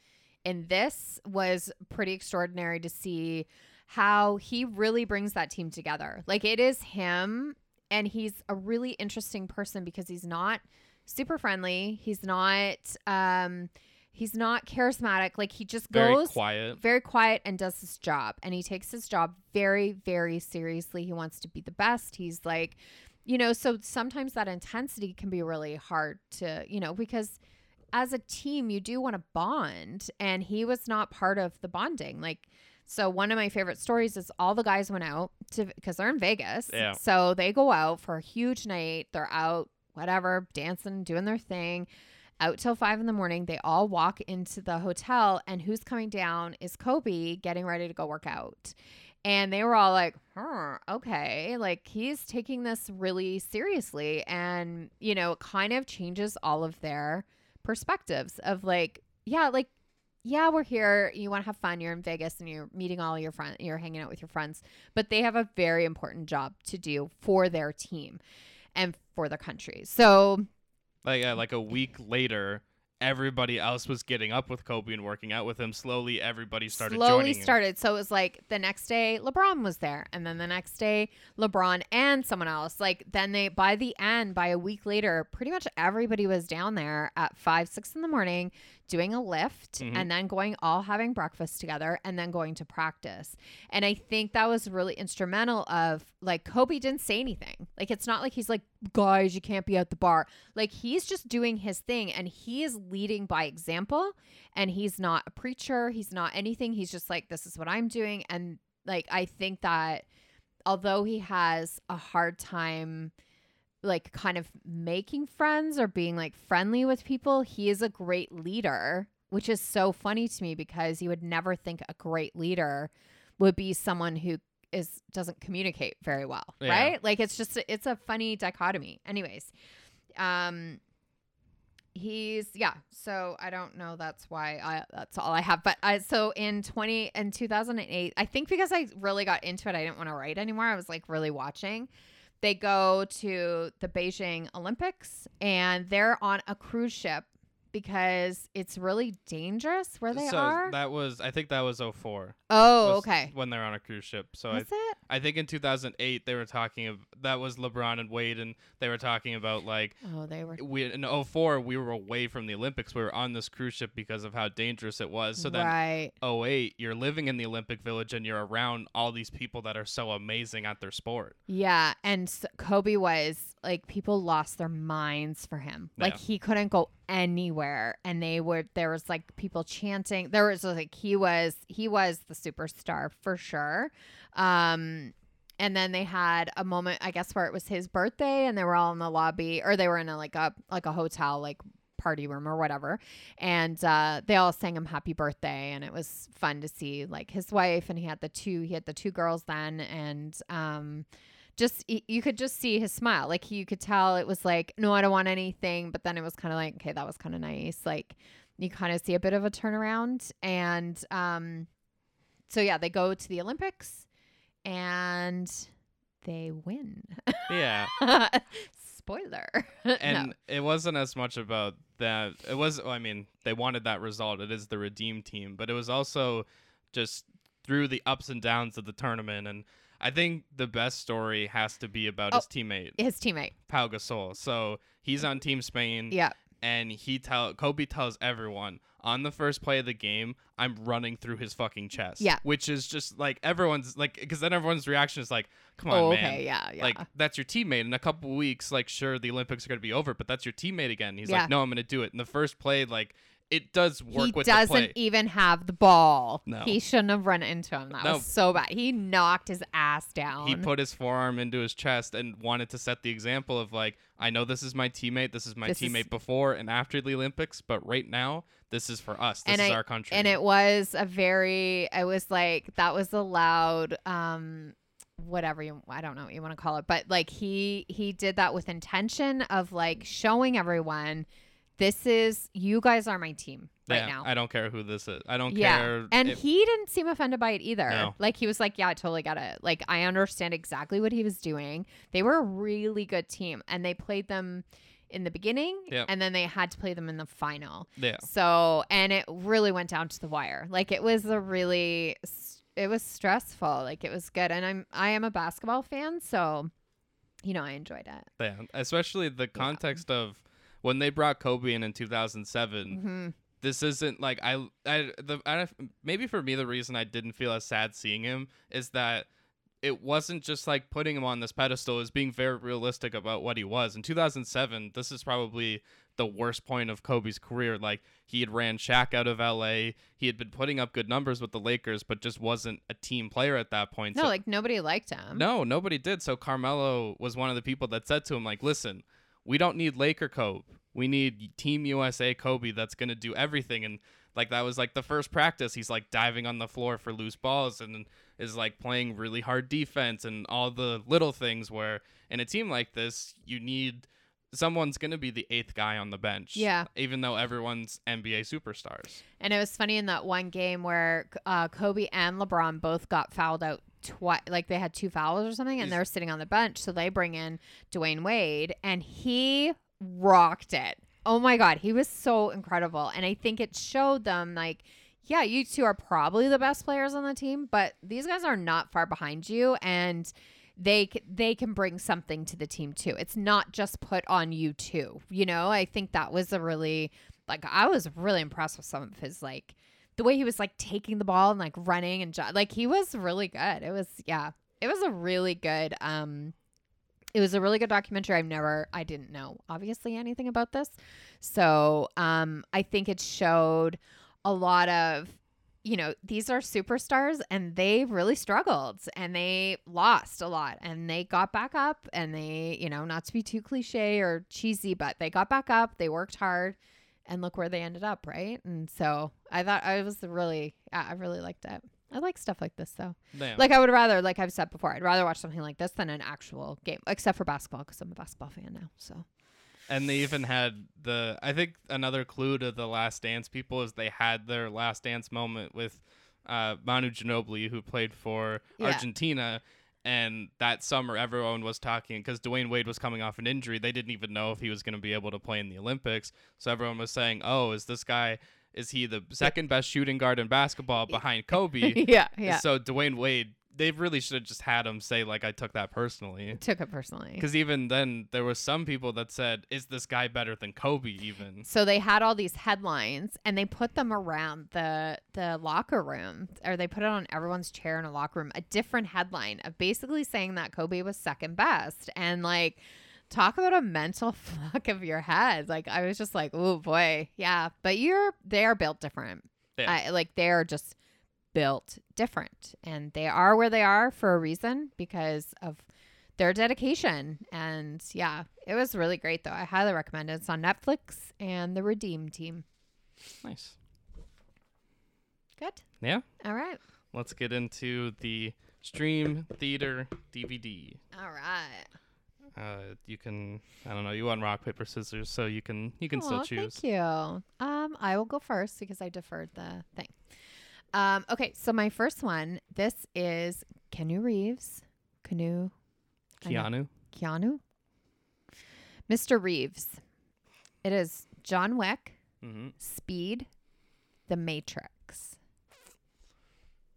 in this was pretty extraordinary to see how he really brings that team together. Like it is him and he's a really interesting person because he's not super friendly. He's not um he's not charismatic. Like he just
Very
goes
quiet.
very quiet and does his job and he takes his job very very seriously. He wants to be the best. He's like you know, so sometimes that intensity can be really hard to, you know, because as a team you do want to bond and he was not part of the bonding. Like so one of my favorite stories is all the guys went out to because they're in Vegas.
Yeah.
So they go out for a huge night. They're out, whatever, dancing, doing their thing, out till five in the morning. They all walk into the hotel, and who's coming down is Kobe getting ready to go work out. And they were all like, huh, okay, like he's taking this really seriously. And, you know, it kind of changes all of their perspectives of like, yeah, like, yeah, we're here. You want to have fun. You're in Vegas and you're meeting all your friends. You're hanging out with your friends, but they have a very important job to do for their team and for their country. So
Like uh, like a week later, everybody else was getting up with Kobe and working out with him. Slowly, everybody started
slowly
joining him.
started. So it was like the next day LeBron was there, and then the next day LeBron and someone else. Like then they by the end, by a week later, pretty much everybody was down there at five, six in the morning doing a lift
Mhm.
and then going all having breakfast together and then going to practice. And I think that was really instrumental of like Kobe didn't say anything. Like it's not like he's like, guys, you can't be at the bar. Like he's just doing his thing and he is leading by example and he's not a preacher, he's not anything. He's just like, this is what I'm doing. And like I think that although he has a hard time like kind of making friends or being like friendly with people, he is a great leader, which is so funny to me because you would never think a great leader would be someone who is doesn't communicate very well,
Yeah.
right? Like it's just it's a funny dichotomy. Anyways, um he's yeah, so I don't know that's why I that's all I have, but I so in 20 in 2008, I think because I really got into it, I didn't want to write anymore. I was like really watching they go to the Beijing Olympics and they're on a cruise ship because it's really dangerous where they
so
are.
that was I think that was 04.
oh,
was
okay.
When they're on a cruise ship. So I
Is it?
I think in 2008 they were talking of that was LeBron and Wade and they were talking about like
Oh, they were.
we in 04 we were away from the Olympics we were on this cruise ship because of how dangerous it was so then
right.
08 you're living in the Olympic village and you're around all these people that are so amazing at their sport
Yeah, and s Kobe was like people lost their minds for him. Like
Yeah.
he couldn't go anywhere, and they were there was like people chanting. There was like he was he was the superstar for sure. Um, and then they had a moment, I guess, where it was his birthday, and they were all in the lobby, or they were in a like a like a hotel like party room or whatever, and uh, they all sang him happy birthday, and it was fun to see like his wife, and he had the two he had the two girls then, and um just y- you could just see his smile like you could tell it was like no i don't want anything but then it was kind of like okay that was kind of nice like you kind of see a bit of a turnaround and um so yeah they go to the olympics and they win
yeah
spoiler
and
no.
it wasn't as much about that it was i mean they wanted that result it is the redeem team but it was also just through the ups and downs of the tournament and I think the best story has to be about
Oh.
his teammate
His teammate.
Pau Gasol. So he's on Team Spain.
Yeah.
and he tell Kobe tells everyone on the first play of the game, I'm running through his fucking chest.
Yeah.
which is just like everyone's like, because then everyone's reaction is like, "Come on,
Oh,
man."
okay. Yeah. Yeah.
Like that's your teammate in a couple weeks. Like sure, the Olympics are gonna be over, but that's your teammate again. He's
Yeah.
like, no, I'm gonna do it. And the first play, like it does work
he
with the play.
doesn't even have the ball.
No.
He shouldn't have run into him. That
No.
was so bad. He knocked his ass down.
he put his forearm into his chest and wanted to set the example of like, I know this is my teammate. This is my
This is-
teammate before and after the Olympics, but right now, this is for us. This
And
is
I-
our country.
and it was a very I was like that was a loud um whatever you I don't know what you want to call it but like he he did that with intention of like showing everyone this is you guys are my team right
Yeah,
now.
I don't care who this is. I don't care.
And
if-
he didn't seem offended by it either.
No.
Like he was like, Yeah, I totally get it. Like I understand exactly what he was doing. They were a really good team and they played them in the beginning
Yep.
and then they had to play them in the final.
yeah.
So and it really went down to the wire. Like it was a really s- it was stressful. Like it was good. And I'm I am a basketball fan, so you know, I enjoyed it.
yeah. Especially the context of when they brought Kobe in in 2007.
Mhm.
This isn't like I, I, the, I, don't- maybe for me, the reason I didn't feel as sad seeing him is that it wasn't just like putting him on this pedestal, is being very realistic about what he was. In 2007, this is probably the worst point of Kobe's career. Like, he had ran Shaq out of LA. He had been putting up good numbers with the Lakers, but just wasn't a team player at that point.
No,
So-
like nobody liked him.
No, nobody did. So Carmelo was one of the people that said to him, like, listen, we don't need Laker Kobe. We need Team USA Kobe that's going to do everything. And, like, that was, like, the first practice. He's, like, diving on the floor for loose balls and is, like, playing really hard defense and all the little things where in a team like this, you need someone's going to be the eighth guy on the bench.
Yeah.
Even though everyone's NBA superstars.
And it was funny in that one game where uh, Kobe and LeBron both got fouled out twice. Like they had two fouls or something, and they
He's-
were sitting on the bench. So they bring in Dwayne Wade, and he rocked it. Oh my God, he was so incredible. And I think it showed them like, yeah, you two are probably the best players on the team, but these guys are not far behind you, and they c- they can bring something to the team too. It's not just put on you two. You know, I think that was a really like I was really impressed with some of his like the way he was like taking the ball and like running and jo- like he was really good. It was yeah, it was a really good um it was a really good documentary. I've never I didn't know obviously anything about this. So, um I think it showed a lot of you know, these are superstars and they really struggled and they lost a lot and they got back up and they, you know, not to be too cliche or cheesy, but they got back up, they worked hard and look where they ended up, right? And so I thought I was really, I I really liked it. I like stuff like this though.
Damn.
Like I would rather, like I've said before, I'd rather watch something like this than an actual game, except for basketball because I'm a basketball fan now. So
And they even had the. I think another clue to the Last Dance people is they had their Last Dance moment with uh, Manu Ginobili, who played for
Yeah.
Argentina. And that summer, everyone was talking because Dwayne Wade was coming off an injury. They didn't even know if he was going to be able to play in the Olympics. So everyone was saying, "Oh, is this guy? Is he the second best shooting guard in basketball behind Kobe?"
yeah, yeah,
So Dwayne Wade, they really should have just had him say, "Like I took that personally."
took it personally.
Because even then, there were some people that said, "Is this guy better than Kobe?" Even
So they had all these headlines and they put them around the the locker room or they put it on everyone's chair in a locker room, a different headline of basically saying that Kobe was second best and like talk about a mental fuck of your head. Like I was just like, "Oh boy. Yeah, but you're they're built different.
Yeah.
I, like they're just built different and they are where they are for a reason because of their dedication. And yeah, it was really great though. I highly recommend it. It's on Netflix and the Redeem Team.
nice.
Good.
Yeah,
All right.
let's get into the stream theater DVD.
All right.
Uh, you can, I don't know, you want rock paper scissors, so you can you can
Aw,
still choose.
Thank you. Um, I will go first because I deferred the thing. Um, okay, so my first one. This is Keanu Reeves. Canoe. I know-
Keanu.
Keanu. Mr. Reeves. It is John Wick,
Mm-hmm.
Speed, The Matrix.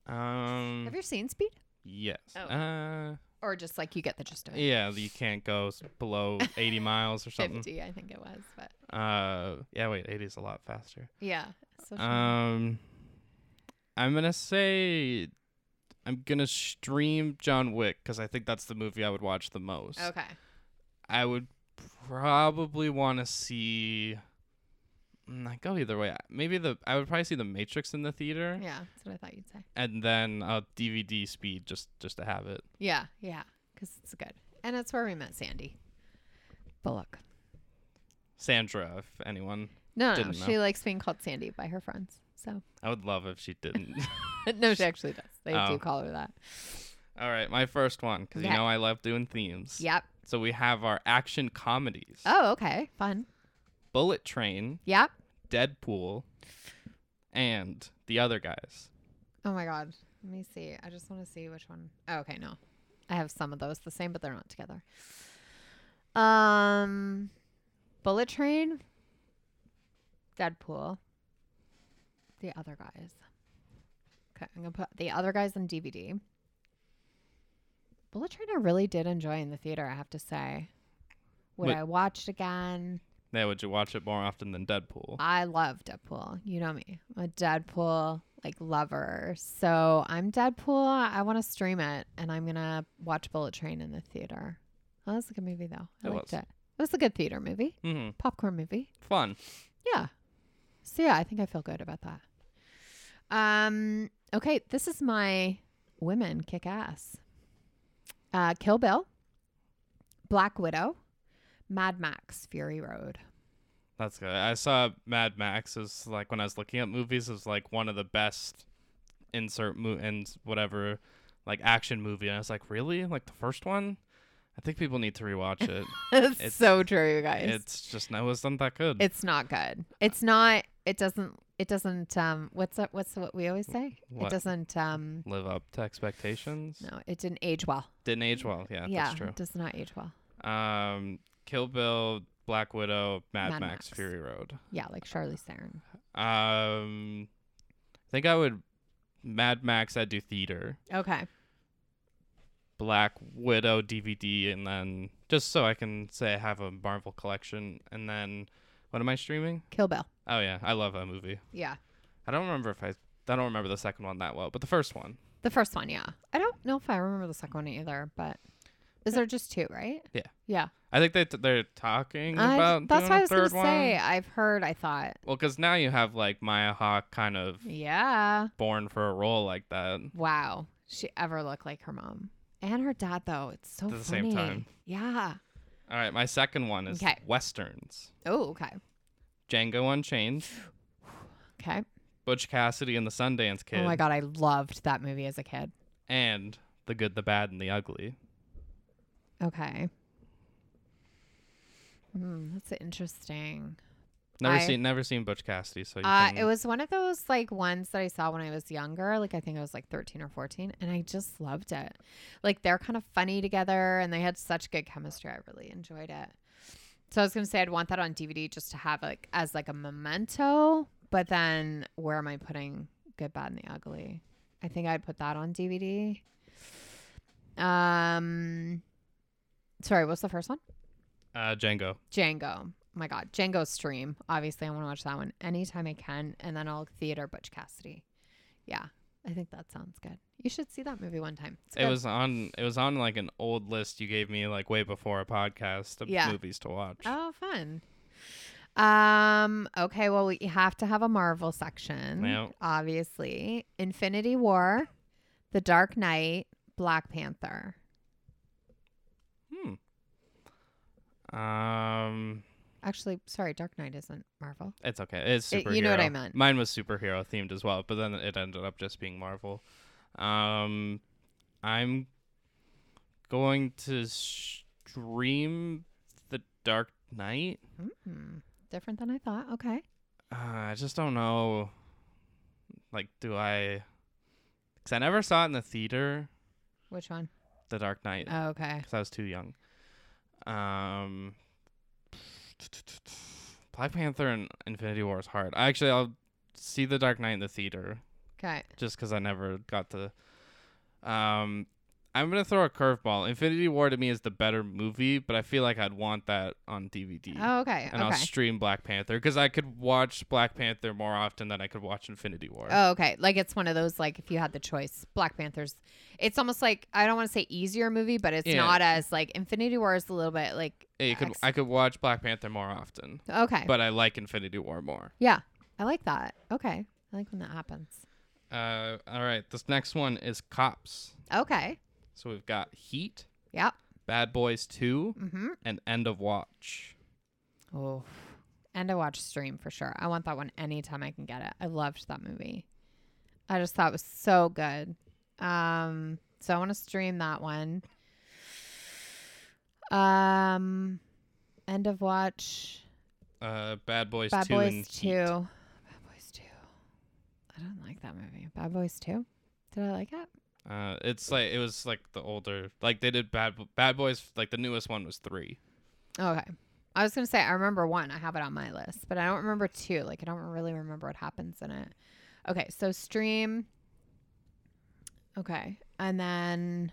Um, Mm.
Have you seen Speed?
Yes.
Oh.
Uh,
or just like you get the gist of it.
yeah, you can't go s- below 80 miles or something.
Fifty, I think it was, but
Uh, yeah, wait, 80 is a lot faster.
yeah. So she-
Um, I'm gonna say I'm gonna stream John Wick because I think that's the movie I would watch the most.
okay,
I would probably want to see. Mm, I go either way. Maybe the I would probably see the Matrix in the theater,
yeah, that's what I thought you'd say.
and then a DVD speed just just to have it.
Yeah, yeah, because it's good, and it's where we met Sandy. Bullock.
Sandra, if anyone,
No, no,
Didn't
she likes being called Sandy by her friends. So
I would love if she didn't.
no, she actually does. They
Oh.
do call her that.
All right, my first one because
Okay.
you know I love doing themes.
Yep.
So we have our action comedies:
Oh, okay, fun.
Bullet Train,
Yep.
Deadpool, and the other guys.
Oh my god. Let me see. I just want to see which one. Oh, okay, no. I have some of those the same, but they're not together. Um Bullet Train, Deadpool, The Other Guys. Okay, I'm going to put The Other Guys on DVD. Bullet Train I really did enjoy in the theater, I have to say. Would
Wait.
I watch it again?
Now, would you watch it more often than Deadpool?
I love Deadpool. You know me. I'm a Deadpool like lover. So I'm Deadpool. I want to stream it and I'm gonna watch Bullet Train in the theater. That was a good movie though. I
It was.
liked it. It was a good theater movie.
hmm
Popcorn movie.
Fun.
Yeah. So yeah, I think I feel good about that. Um okay, this is my women kick ass. Uh Kill Bill, Black Widow, Mad Max, Fury Road.
That's good. I saw Mad Max is like when I was looking at movies is like one of the best insert mo- and whatever like action movie and I was like, "Really? Like the first one?" I think people need to rewatch it.
it's,
It's-
so true, you guys.
it's just no, it wasn't that good.
It's not good. It's not. It doesn't. It doesn't. Um. What's up? What's what we always say? It
What?
doesn't. Um.
Live up to expectations.
No, it didn't age well.
Didn't age well. Yeah,
yeah,
that's true.
it does not age well.
Um, Kill Bill, Black Widow, Mad,
Mad
Max,
Max.
Fury Road.
Yeah, like Charlie Theron.
Um, I think I would Mad Max. I'd do theater.
Okay.
Black Widow DVD, and then just so I can say I have a Marvel collection. And then what am I streaming?
Kill Bill.
Oh yeah, I love that movie.
Yeah,
I don't remember if I. I don't remember the second one that well, but the first one.
the first one. Yeah, I don't know if I remember the second one either. But is there just two? Right.
Yeah.
Yeah.
I think they they're talking
I,
about
that's
doing
what
a
I was gonna
third one.
say. I've heard. I thought.
Well, because now you have like Maya Hawk kind of
Yeah.
born for a role like that.
Wow. She ever looked like her mom and her dad though. It's so
At the
funny.
same time.
Yeah.
All right, my second one is
Okay.
westerns.
Oh. Okay.
Django Unchained,
Okay.
Butch Cassidy and the Sundance Kid,
Oh my god, I loved that movie as a kid.
and The Good, the Bad, and the Ugly.
Okay. Mm, that's interesting.
Never
I-
seen, never seen Butch Cassidy, so you
Uh,
can,
it was one of those like ones that I saw when I was younger. Like I think I was like thirteen or fourteen, and I just loved it. Like they're kind of funny together, and they had such good chemistry. I really enjoyed it. So I was gonna say I'd want that on DVD just to have like as like a memento. But then where am I putting Good, Bad, and the Ugly? I think I'd put that on DVD. Um, sorry, what's the first one?
uh, Django.
Django. Oh my God, Django Stream. Obviously, I want to watch that one anytime I can, and then I'll theater Butch Cassidy. Yeah, I think that sounds good. You should see that movie one time. It's
It
good.
was on, it was on like an old list you gave me like way before a podcast of
Yeah.
movies to watch.
oh fun. Um. Okay. Well, we have to have a Marvel section.
Yep.
Obviously, Infinity War, The Dark Knight, Black Panther.
Hmm. Um,
Actually, sorry, Dark Knight isn't Marvel.
it's okay. It's
It-
superhero.
you know what I meant.
Mine was superhero themed as well, but then it ended up just being Marvel. Um, I'm going to stream The Dark Knight.
Hmm. Different than I thought. Okay.
Uh, I just don't know. Like, do I? Because I never saw it in the theater,
Which one?
The Dark Knight,
Oh, okay.
because I was too young. Um, Black Panther and Infinity War is hard. I actually I'll see The Dark Knight in the theater
Okay.
just because I never got to. Um, I'm gonna throw a curveball. Infinity War to me is the better movie, but I feel like I'd want that on DVD.
Oh, okay.
And I'll
okay.
stream Black Panther because I could watch Black Panther more often than I could watch Infinity War.
Oh, okay. Like it's one of those like if you had the choice, Black Panther's. It's almost like I don't want to say easier movie, but it's
Yeah.
not as like Infinity War is a little bit like
Yeah, you could,
ex-
I could watch Black Panther more often,
okay.
but I like Infinity War more.
yeah, I like that. Okay, I like when that happens.
Uh, all right, this next one is Cops.
Okay.
So we've got Heat,
Yep.
Bad Boys 2,
Mm-hmm.
and End of Watch.
Oh, and I watch stream for sure. I want that one anytime I can get it. I loved that movie. I just thought it was so good. Um, so I want to stream that one. Um, end of watch.
Uh, Bad Boys
Bad
2
Boys
and
Two.
Heat.
Bad Boys Two. I don't like that movie. Bad Boys Two. Did I like it?
Uh, it's like it was like the older, like they did Bad Bad Boys. Like the newest one was three.
Okay. I was gonna say I remember one. I have it on my list, but I don't remember two. Like I don't really remember what happens in it. Okay, so stream. Okay, and then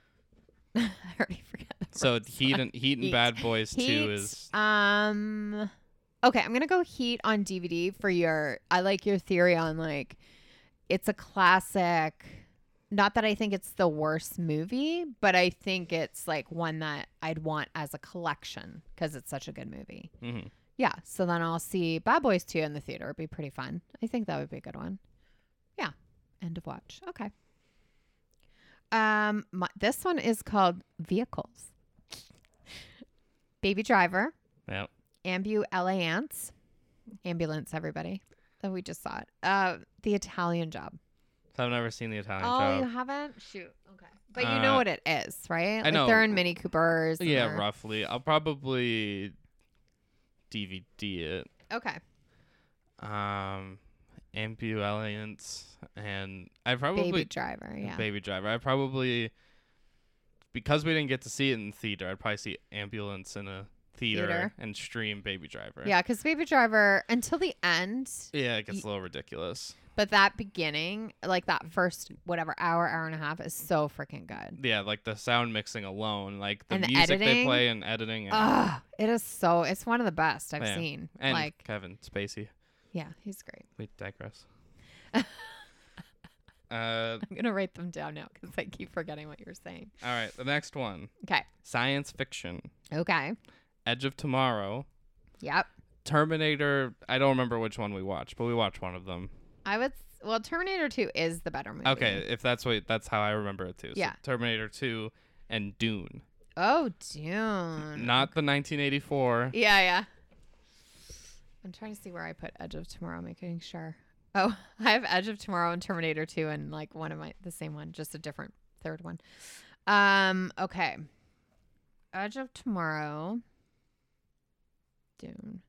I already forget. the
So
first
Heat
one.
and Heat and
Heat.
Bad Boys
Heat,
Two is
um. Okay, I'm gonna go Heat on DVD for your. I like your theory on like, it's a classic. Not that I think it's the worst movie, but I think it's like one that I'd want as a collection because it's such a good movie.
mhm.
Yeah, so then I'll see Bad Boys 2 in the theater. It'd be pretty fun. I think that would be a good one. Yeah, end of watch. Okay. Um, my, this one is called Vehicles. Baby Driver,
Yep.
Ambu LA Ants, Ambulance, everybody. Oh, we just saw it. Uh, the Italian Job.
So I've never seen the Italian
oh,
Job.
you haven't? Shoot. Okay. But you know
Uh,
what it is, right? like
know.
they're in Mini Coopers. and
Yeah,
they're-
roughly. I'll probably DVD it.
Okay.
Um, Ambulance, and I probably
Baby Driver. Yeah.
Baby Driver. I probably because we didn't get to see it in theater. I'd probably see Ambulance in a theater,
Theater.
and stream Baby Driver.
Yeah, because Baby Driver until the end,
yeah, it gets
Ye-
a little ridiculous.
but that beginning, like that first whatever hour, hour and a half, is so freaking good.
Yeah, like the sound mixing alone, like the
And the
music they
editing. Uh,
play and editing, and,
Ugh, it is so. It's one of the best I've
Oh, Yeah.
seen.
and
like,
Kevin Spacey.
yeah, he's great.
We digress. uh,
I'm gonna write them down now because I keep forgetting what you're saying.
all right, the next one:
Okay.
science fiction,
Okay.
Edge of Tomorrow,
Yep.
Terminator. I don't remember which one we watched, but we watched one of them.
I would. s- Well, Terminator Two is the better movie.
Okay, if that's what that's how I remember it too. So
Mm-hmm. Yeah.
Terminator Two and Dune,
Oh, Dune.
not the 1984.
Yeah, yeah. I'm trying to see where I put Edge of Tomorrow, making sure. Oh, I have Edge of Tomorrow and Terminator 2 and like one of my the same one, just a different third one. Um, okay. Edge of Tomorrow. Dune.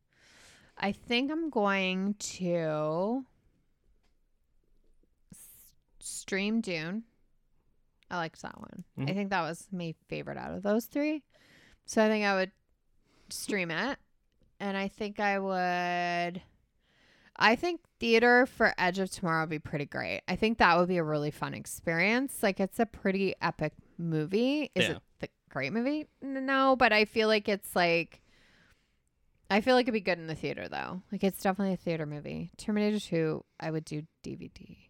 I think I'm going to s- stream Dune. I liked that one. I
Mhm.
think that was my favorite out of those three. So I think I would stream it. And I think I would. I think theater for Edge of Tomorrow would be pretty great. I think that would be a really fun experience. Like, it's a pretty epic movie. Is
Yeah.
it the great movie? N- No, but I feel like it's like. I feel like it'd be good in the theater, though. Like, it's definitely a theater movie. Terminator 2, I would do DVD.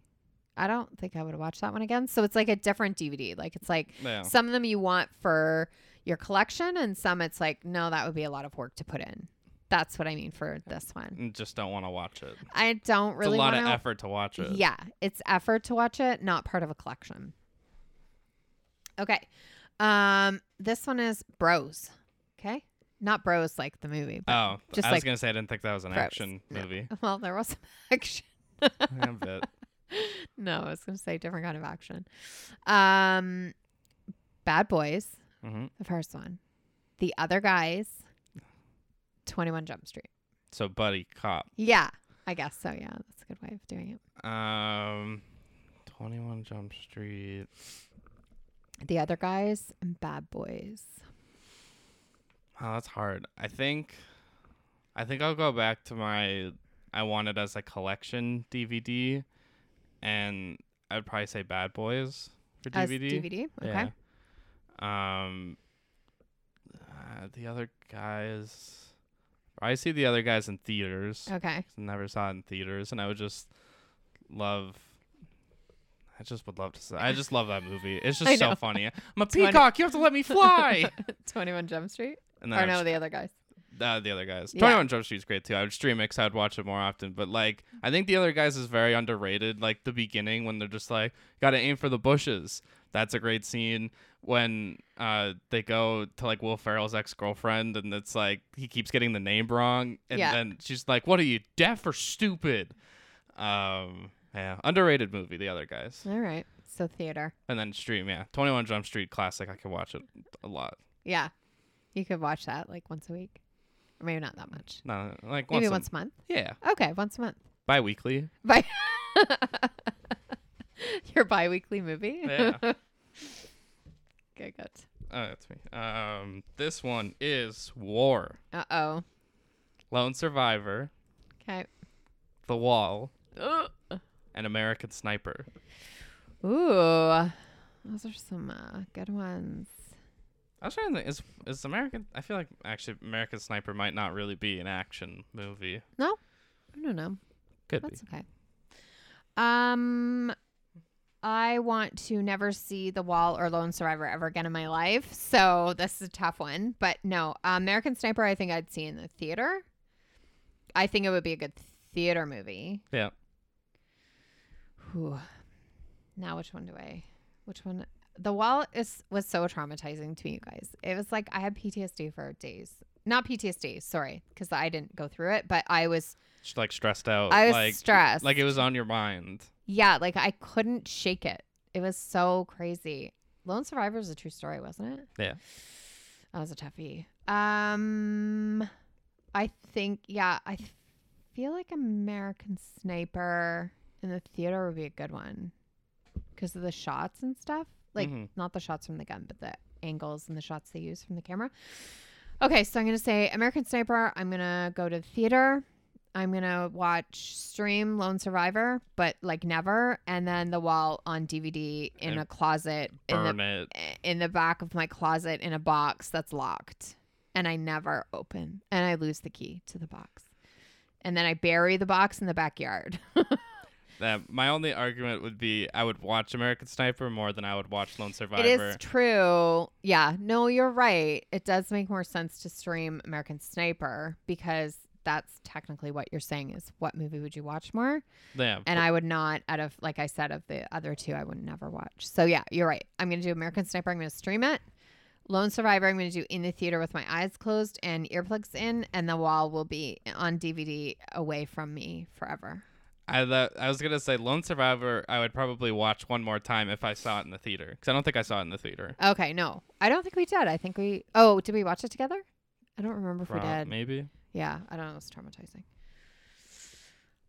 I don't think I would watch that one again. So it's like a different DVD. Like, it's like
Yeah.
some of them you want for your collection, and some it's like, no, that would be a lot of work to put in. That's what I mean for this one.
And Mm, Just don't want to watch it.
I don't
It's a
really
lot of
wanna-
effort to watch it.
Yeah, it's effort to watch it, not part of a collection. Okay, um, this one is Bros. Okay, not Bros like the movie. But
Oh,
just
I was
like-
gonna say I didn't think that was an
Gross.
action
No.
movie.
well, there was some action.
I bet.
No, I was gonna say different kind of action. Um, Bad Boys.
hmm
The first one. The other guys, 21 Jump Street.
So, buddy cop.
Yeah, I guess so. Yeah, that's a good way of doing it.
Um, Twenty One Jump Street.
The other guys and Bad Boys.
Oh, that's hard. I think, I think I'll go back to my. I want it as a collection DVD, and I'd probably say Bad Boys for
As
DVD.
DVD. Okay.
Yeah. Um, uh, the other guys, I see the other guys in theaters.
Okay.
'cause I never saw it in theaters, and I would just love. I just would love to see. I just love that movie. It's
I
just so
know.
funny. I'm a
Twenty-
peacock. You have to let me fly.
21 Jump Street.
And
or
I would
no, the other guys.
uh, the other guys.
Yeah.
Twenty One Jump Street's great too. I would stream it 'cause I'd watch it more often. But like, I think the other guys is very underrated. Like the beginning when they're just like, "Gotta aim for the bushes." That's a great scene when uh, they go to like Will Ferrell's ex girlfriend, and it's like he keeps getting the name wrong, and
Yeah.
then she's like, "What are you deaf or stupid?" Um, yeah, underrated movie. The other guys,
All right. So theater.
and then stream. Yeah, Twenty One Jump Street classic. I could watch it a lot.
Yeah. You could watch that like once a week. Or maybe not that much.
No, like once.
Maybe
a-
once a month.
yeah,
Okay, once a month.
bi-weekly.
Bi- Your bi weekly movie?
Yeah.
okay, good.
Oh, that's me. Um, this one is War,
Uh oh.
Lone Survivor,
Okay.
The Wall, and American Sniper.
Ooh. Those are some uh, good ones.
I was trying to think, is is American? I feel like actually American Sniper might not really be an action movie.
I don't know.
Could
That's
be.
okay. Um, I want to never see The Wall or Lone Survivor ever again in my life, so this is a tough one. But no, American Sniper, I think I'd see in the theater. I think it would be a good theater movie.
Yeah.
Whew. Now, which one do I? Which one? The Wall is was so traumatizing to me, you guys. It was like I had PTSD for days. Not PTSD, sorry, because I didn't go through it, but I was
Just like stressed out.
I was
Oh, like,
stressed.
Like it was on your mind.
Yeah, like I couldn't shake it. It was so crazy. Lone Survivor is a true story, wasn't it?
Yeah.
That was a toughie. Um, I think yeah, I th- feel like American Sniper in the theater would be a good one because of the shots and stuff. Like
Mhm.
not the shots from the gun, but the angles and the shots they use from the camera. Okay, so I'm gonna say American Sniper. I'm gonna go to the theater. I'm gonna watch stream Lone Survivor, but like never, and then The Wall on DVD in
And
a closet in the
Burn it.
in the back of my closet in a box that's locked and I never open and I lose the key to the box. And then I bury the box in the backyard.
That my only argument would be I would watch American Sniper more than I would watch Lone Survivor.
It is true. Yeah. No, you're right. It does make more sense to stream American Sniper because that's technically what you're saying is what movie would you watch more?
yeah.
And I would not out of like I said of the other two I would never watch. So yeah, you're right. I'm going to do American Sniper. I'm going to stream it. Lone Survivor I'm going to do in the theater with my eyes closed and earplugs in and The Wall will be on DVD away from me forever.
I tho- I was gonna say Lone Survivor. I would probably watch one more time if I saw it in the theater because I don't think I saw it in the theater.
Okay, no. I don't think we did. I think we Oh, did we watch it together? I don't remember if we
Prob-
did.
Maybe.
Yeah, I don't know. It's traumatizing.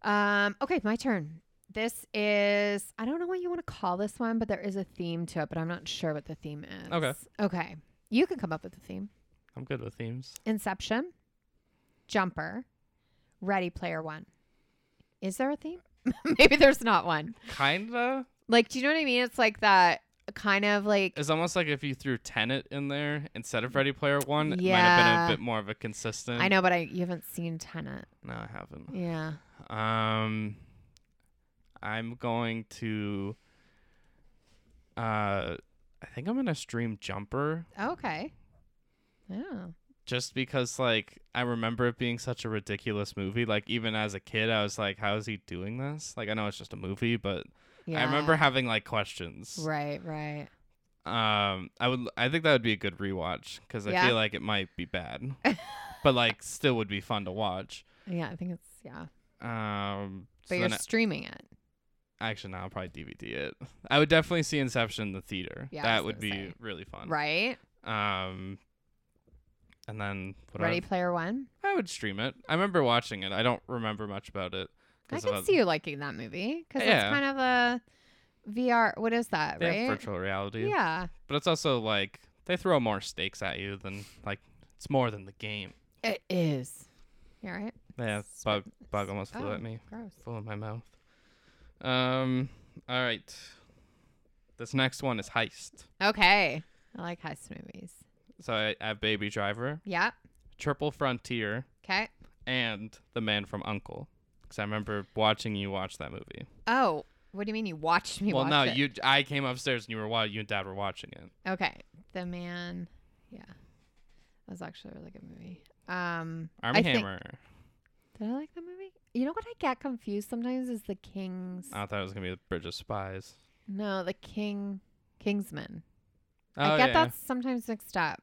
Um, okay, my turn. This is I don't know what you want to call this one, but there is a theme to it, but I'm not sure what the theme is.
Okay.
Okay. You can come up with a theme.
I'm good with themes.
Inception, Jumper, Ready Player One. Is there a theme? Maybe there's not one.
Kinda.
Like, do you know what I mean? It's like that kind of like
It's almost like if you threw Tenet in there instead of Ready Player One, it might
Yeah.
have been a bit more of a consistent.
I know, but I you haven't seen Tenet.
No, I haven't.
Yeah.
Um, I'm going to. Uh, I think I'm gonna stream Jumper
Okay. Oh. Yeah.
just because like I remember it being such a ridiculous movie. Like even as a kid, I was like, "How is he doing this?" Like I know it's just a movie, but
Yeah.
I remember having like questions.
Right, right.
Um, I would. I think that would be a good rewatch because I
Yeah.
feel like it might be bad, but like still would be fun to watch.
Yeah, I think it's yeah.
Um, so
But you're
then
streaming it.
I- actually no, I'll probably DVD it. I would definitely see Inception in the theater.
Yeah, I
that
was
would be
gonna say.
really fun.
Right?
Um, and then what
Ready
I've-
Player One.
I would stream it. I remember watching it. I don't remember much about it.
I
'cause
can
of-
see you liking that movie because it's
Yeah.
kind of a VR. What is that,
They
right?
have virtual reality.
yeah,
But it's also like they throw more stakes at you than like it's more than the game.
it is. You're right.
Yeah,
It's
bug
written-
bug almost flew
Oh.
at me.
Gross.
full of my mouth. Um. All right. This next one is Heist.
Okay. I like heist movies.
So I I have Baby Driver,
Yeah.
Triple Frontier,
Okay.
and The Man from Uncle. Because I remember watching you watch that movie.
Oh, what do you mean you watched me
well,
watch
no,
it?
you. I came upstairs and you were while you and Dad were watching it.
Okay. The Man. Yeah. That was actually a really good movie. Um
Army
I think-
Hammer.
Did I like that movie? You know what I get confused sometimes is the King's
I thought it was gonna be the Bridge of Spies.
No, the King Kingsman.
Oh,
I get
yeah.
that sometimes mixed up.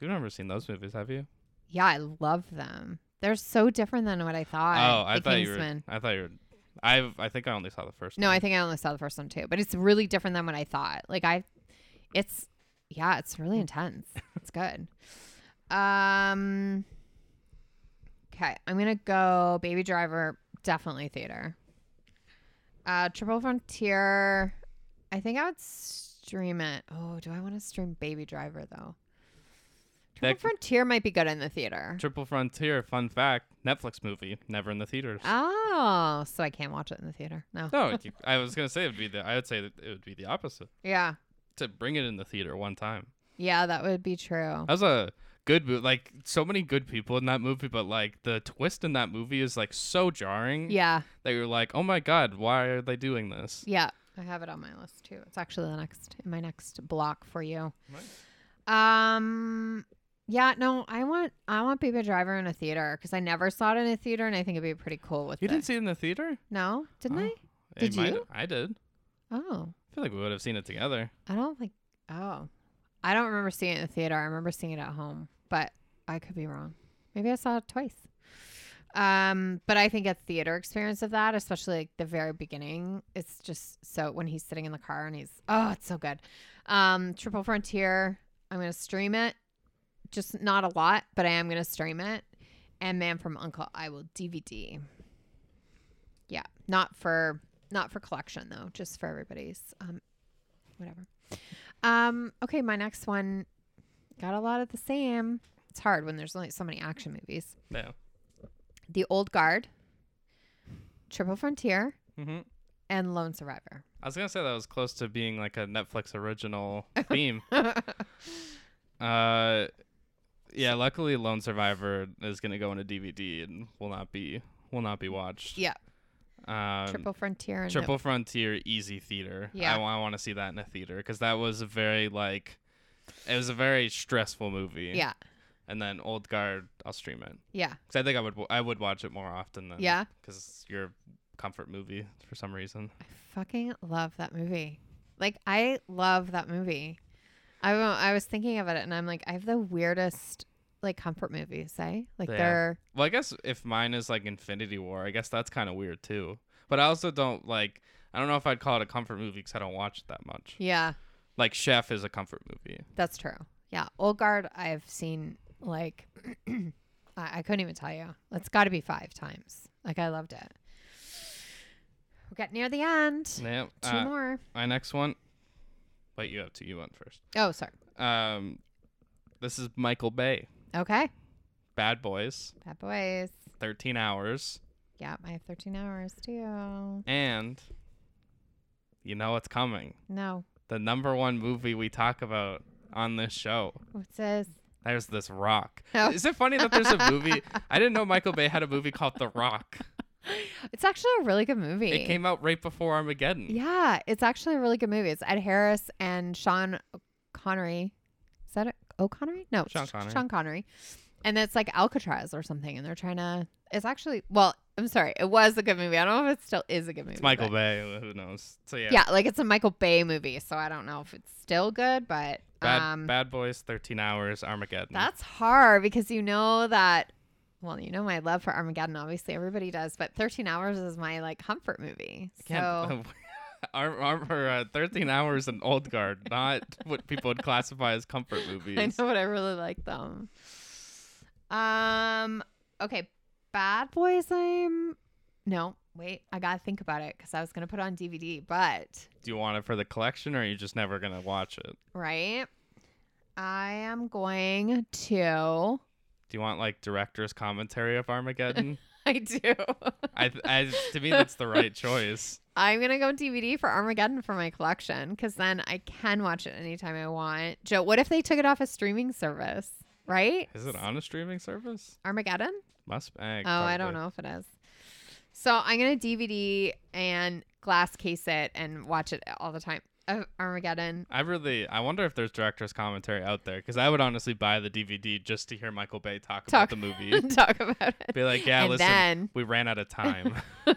You've never seen those movies, have you?
Yeah, I love them. They're so different than what I thought.
oh, I
the
thought
Kingsman.
you were. I thought you were. I've. I think I only saw the first.
No,
one.
I think I only saw the first one too, but it's really different than what I thought. Like I it's yeah, it's really intense. It's good. Um Okay, I'm going to go Baby Driver, definitely theater. Uh Triple Frontier, I think I would stream it. Oh, do I want to stream Baby Driver though? Triple
That-
Frontier might be good in the theater.
Triple Frontier. Fun fact: Netflix movie, never in the theaters.
Oh, so I can't watch it in the theater. No.
no, you- I was gonna say it'd be the. I would say that it would be the opposite.
Yeah.
To bring it in the theater one time.
Yeah, that would be true.
That was a good movie. Like so many good people in that movie, but like the twist in that movie is like so jarring
Yeah.
that you're like, oh my god, why are they doing this?
Yeah, I have it on my list too. It's actually the next in my next block for you.
Nice.
Um yeah, no, I want I want Baby Driver in a theater because I never saw it in a theater, and I think it'd be pretty cool with
You
the-
didn't see it in the theater?
no, didn't
Oh. It
Did
might-
you?
I did.
I? Oh,
I feel like we would have seen it together.
I don't think. Oh, I don't remember seeing it in the theater. I remember seeing it at home, but I could be wrong. Maybe I saw it twice. Um, but I think a theater experience of that, especially like the very beginning, it's just so when he's sitting in the car and he's oh, it's so good. Um, Triple Frontier, I'm gonna stream it. Just not a lot, but I am gonna stream it. And Man from Uncle, I will DVD. Yeah, not for not for collection though, just for everybody's um, whatever. Um, okay, my next one got a lot of the same. It's hard when there's only so many action movies.
Yeah.
The Old Guard, Triple Frontier,
Mm-hmm.
and Lone Survivor.
I was gonna say that was close to being like a Netflix original theme. uh, yeah. Luckily, Lone Survivor is gonna go on a DVD and will not be will not be watched.
yeah,
Um,
Triple Frontier and
Triple Frontier, Easy Theater.
Yeah.
I, want to see that in a theater because that was a very like, it was a very stressful movie.
Yeah,
And then Old Guard, I'll stream it
yeah,
because I think I would w- I would watch it more often than
Yeah.
because your comfort movie for some reason.
I fucking love that movie. Like I love that movie. I wa- I was thinking of it and I'm like I have the weirdest like comfort movies, eh? Like
Yeah.
they're
Well, I guess if mine is like Infinity War, I guess that's kind of weird too. But I also don't like. I don't know if I'd call it a comfort movie because I don't watch it that much.
yeah.
Like Chef is a comfort movie.
That's true. Yeah. Old Guard, I've seen like, I, I couldn't even tell you. It's got to be five times. Like, I loved it. We're getting near the end.
Yeah.
Two
Uh,
more.
my next one. Wait, you have two. You went first.
Oh, sorry.
Um, this is Michael Bay.
Okay.
Bad Boys,
Bad Boys.
13 Hours,
Yeah. I have 13 hours too.
and you know what's coming.
No.
The number one movie we talk about on this show.
What's this?
There's this rock.
Oh.
Is it funny that there's a movie? I didn't know Michael Bay had a movie called The Rock.
It's actually a really good movie.
It came out right before Armageddon.
yeah. It's actually a really good movie. It's Ed Harris and Sean Connery. Is that it? O'Connery? No,
Sean
Sh-
Connery.
Sean Connery. And it's like Alcatraz or something, and they're trying to. It's actually well, I'm sorry, it was a good movie. I don't know if it still is a good movie.
It's Michael
but-
Bay. Who knows? So yeah.
Yeah. like it's a Michael Bay movie, so I don't know if it's still good, but
Bad,
um,
Bad Boys, 13 Hours, Armageddon.
that's hard because you know that. Well, you know my love for Armageddon. Obviously, everybody does, but Thirteen Hours is my like comfort movie. So
Can't- Ar- Ar- or, uh, 13 Hours and Old Guard, not what people would classify as comfort movies.
I know, but I really like them. Um. Okay, Bad Boys. I'm no. Wait, I gotta think about it because I was gonna put it on DVD, but
Do you want it for the collection or are you just never going to watch it?
right. I am going to.
Do you want like director's commentary of Armageddon?
I do.
I, th- I to me that's the right choice.
I'm gonna go DVD for Armageddon for my collection because then I can watch it anytime I want. Joe, what if they took it off a streaming service? Right?
Is it on a streaming service?
Armageddon?
Must. eh, be.
Oh, I don't know if it is. So I'm gonna DVD and glass case it and watch it all the time. Uh, Armageddon.
I really. I wonder if there's director's commentary out there because I would honestly buy the DVD just to hear Michael Bay talk,
Talk.
about the movie.
Talk about it.
Hmm. Be like, yeah,
and
listen,
then
we ran out of time,